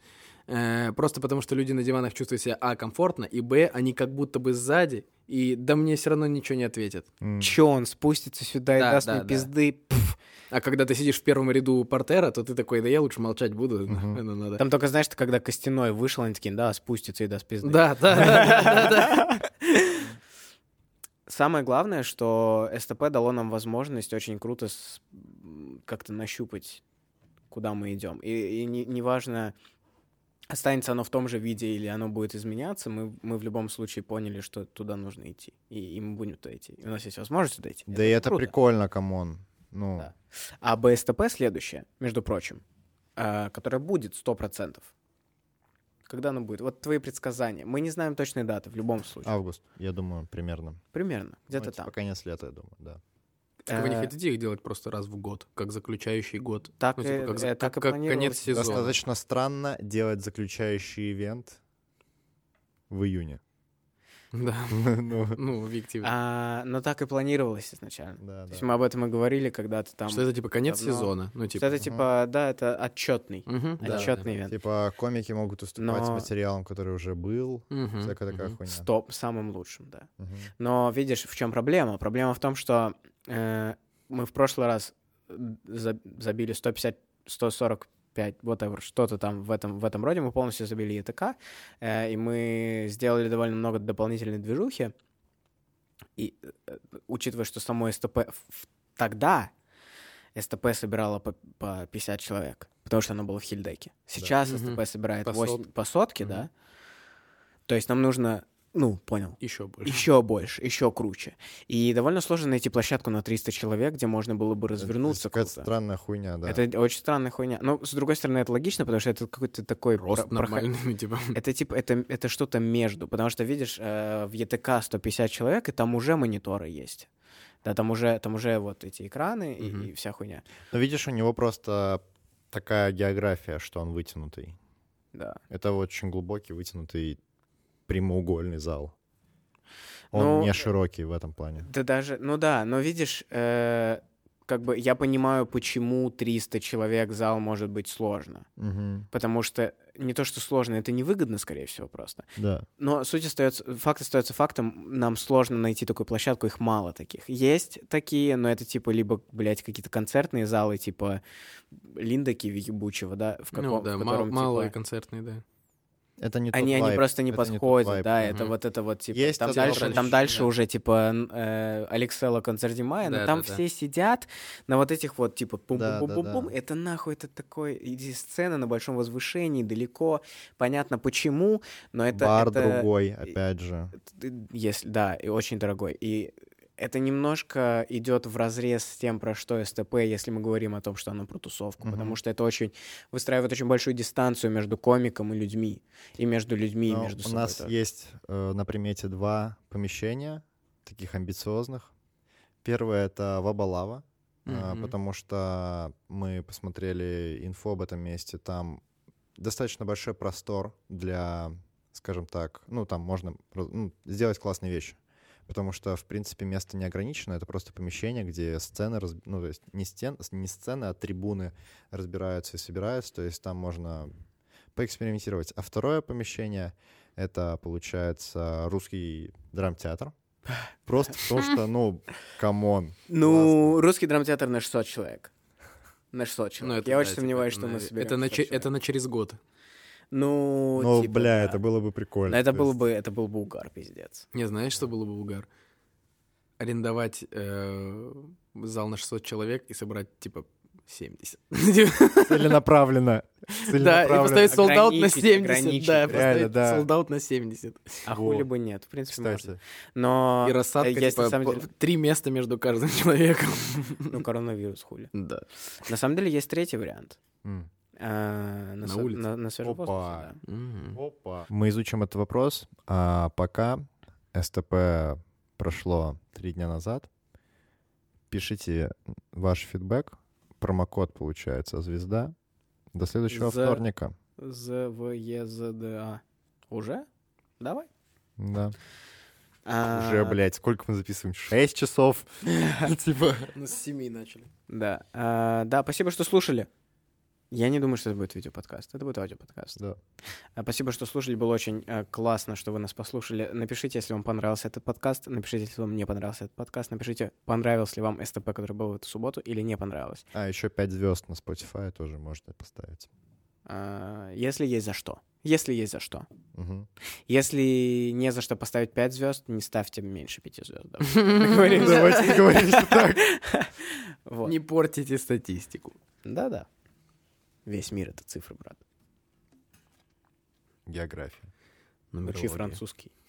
Э, просто потому, что люди на диванах чувствуют себя, а, комфортно, и, б, они как будто бы сзади, и да мне все равно ничего не ответят.
М.
Че он спустится сюда и
Да,
даст
да,
мне
да.
пизды? Пф.
А когда ты сидишь в первом ряду портера, то ты такой, да я лучше молчать буду,
Мгм.
ну надо.
Там только знаешь, ты когда Костяной вышел, они такие, да, спустится и даст пизды.
Да, да, да, да, да.
Самое главное, что СТП дало нам возможность очень круто с- м, как-то нащупать, куда мы идем. И, и не- неважно, останется оно в том же виде или оно будет изменяться, мы, мы в любом случае поняли, что туда нужно идти. И, и мы будем туда идти. И у нас есть возможность туда идти.
Да и это
круто.
прикольно, камон. Ну,
Да. А БСТП следующее, между прочим, э, которое будет 100%. Когда оно будет? Вот твои предсказания. Мы не знаем точной даты в любом случае.
А
август, я думаю, примерно.
Примерно. Где-то
Ну,
там.
типа конец лета, я думаю, да.
Так Типа Вы не
Э,
хотите их делать просто раз в год, как заключающий год?
Так
Ну,
и-
типа, как, за-
э,
как-
так и
как
планировалось.
конец сезона.
Достаточно странно делать заключающий ивент в июне.
Да.
Ну,
Ну, объективно.
А, но так и планировалось изначально.
да,
То есть
да.
мы об этом и говорили, когда ты там...
Что это типа конец
давно.
сезона? Ну,
Что
типа.
это типа, да, это отчетный.
Мгм, да,
Отчетный ивент.
Типа комики могут уступать с
Но-
материалом, который уже был.
да. Мгм,
Всякая такая
мгм.
хуйня.
Стоп, самым лучшим, да.
Мгм.
Но видишь, в чем проблема? Проблема в том, что э, мы в прошлый раз за- забили 150, 145, whatever, что-то там в этом, в этом роде. Мы полностью забили ЕТК, э, и мы сделали довольно много дополнительной движухи. И э, учитывая, что само СТП в- в- тогда СТП собирало по, по 50 человек, потому что оно было в хильдеке. Сейчас
Мгм.
СТП собирает
По
по,
сот-
по сотке, да? То есть нам нужно, ну, понял,
Еще больше.
еще больше, еще круче. И довольно сложно найти площадку на 300 человек, где можно было бы
Это
развернуться.
Какая-то
круто.
странная хуйня, да.
Это очень странная хуйня. Но, с другой стороны, это логично, потому что это какой-то такой... про-
Рост
проход-
нормальный, ну, типа.
Это типа, это, это что-то между. Потому что, видишь, э, в ЕТК 150 человек, и там уже мониторы есть. Да, там уже, там уже вот эти экраны и-
Мгм.
и, вся хуйня.
Но видишь, у него просто такая география, что он вытянутый.
Да.
Это очень глубокий, вытянутый прямоугольный зал. Он
Ну,
не широкий в этом плане.
Да даже, ну да, но видишь, э, как бы я понимаю, почему 300 человек зал может быть сложно.
Мгм.
Потому что не то, что сложно, это невыгодно, скорее всего, просто.
Да.
Но суть остается, факт остается фактом, нам сложно найти такую площадку, их мало таких. Есть такие, но это типа либо, блядь, какие-то концертные залы, типа Линдаки Ебучего, да, в, каком,
Ну, да,
в
мал-
котором, типа,
малые концертные, да.
Это не
они,
тот
они
vibe.
просто не
Это тот
подходят,
vibe.
да, это
Мгм.
вот это вот, типа,
Есть
там
одно
дальше, там
отличие,
дальше
да.
уже, типа, н- э, Алексела концерт Димая, но
Да,
там
да, да.
все сидят на вот этих вот, типа,
Да, да,
пум-пум-пум-пум,
да.
это нахуй, это такой, иди сцена на большом возвышении, далеко, понятно почему, но это...
Бар
это-
другой, опять же.
ты- если да, и очень дорогой. И это немножко идет в разрез с тем, про что СТП, если мы говорим о том, что оно про тусовку,
Мгм.
потому что это очень выстраивает очень большую дистанцию между комиком и людьми, и между людьми, и
Но
между
у
собой.
нас
тоже.
есть э, на примете два помещения, таких амбициозных. Первое — это Вабалава, а,
Мгм.
потому что мы посмотрели инфо об этом месте, там достаточно большой простор для, скажем так, ну, там можно раз- ну, сделать классные вещи. Потому что, в принципе, место не ограничено, это просто помещение, где сцены, раз- ну, то есть не, стен, не сцены, а трибуны разбираются и собираются, то есть там можно поэкспериментировать. А второе помещение — это, получается, русский драмтеатр. Просто потому что, ну, камон.
Ну, русский драмтеатр на 600 человек. На 600
Ну,
человек.
это
Я
да,
очень
типа,
сомневаюсь,
это
что мы
на-
соберем
Это на,
600
че-
человек.
это на через год.
Ну,
Ну,
типа,
бля,
да.
это было бы прикольно.
Но это
то
было
есть-
бы, это был бы угар, пиздец.
Не, знаешь, что было бы угар? Арендовать э, зал на 600 человек и собрать, типа, 70.
Целенаправленно.
Да, и поставить
Целенаправленно. А,
солдат на
Ограничить,
70.
ограничить.
Да,
Реально,
поставить
да.
солдат на 70.
Вот.
А хули бы нет, в принципе, можно.
Кстати,
Но
И рассадка,
э, есть на
типа,
самом
по-
деле...
три места между каждым человеком.
Ну, коронавирус, хули.
Да.
На самом деле есть третий вариант.
м.
А,
На
со-
улице.
На, на свежем
Опа.
воздухе, да.
Мы изучим этот вопрос. А пока СТП прошло три дня назад. Пишите ваш фидбэк. Промокод получается звезда. До следующего
За-
вторника.
ЗВЕЗДА. Уже? А. Давай.
Да.
А,
Уже, блядь, сколько мы записываем? Шесть часов. Типа.
Ну, с 7 начали.
Да. А, да, спасибо, что слушали. Я не думаю, что это будет видеоподкаст. Это будет аудиоподкаст.
Да.
А, Спасибо, что слушали. Было очень э, классно, что вы нас послушали. Напишите, если вам понравился этот подкаст. Напишите, если вам не понравился этот подкаст. Напишите, понравился ли вам СТП, который был в эту субботу, или не понравилось.
А, еще пять звезд на Spotify тоже можно поставить.
А, Если есть за что. Если есть за что.
Мгм.
Если не за что поставить 5 звезд, не ставьте меньше 5 звезд.
Давайте не говорить, что так.
Не портите статистику.
Да-да. Весь мир — это цифры, брат.
География.
Нумерология.
Учи французский.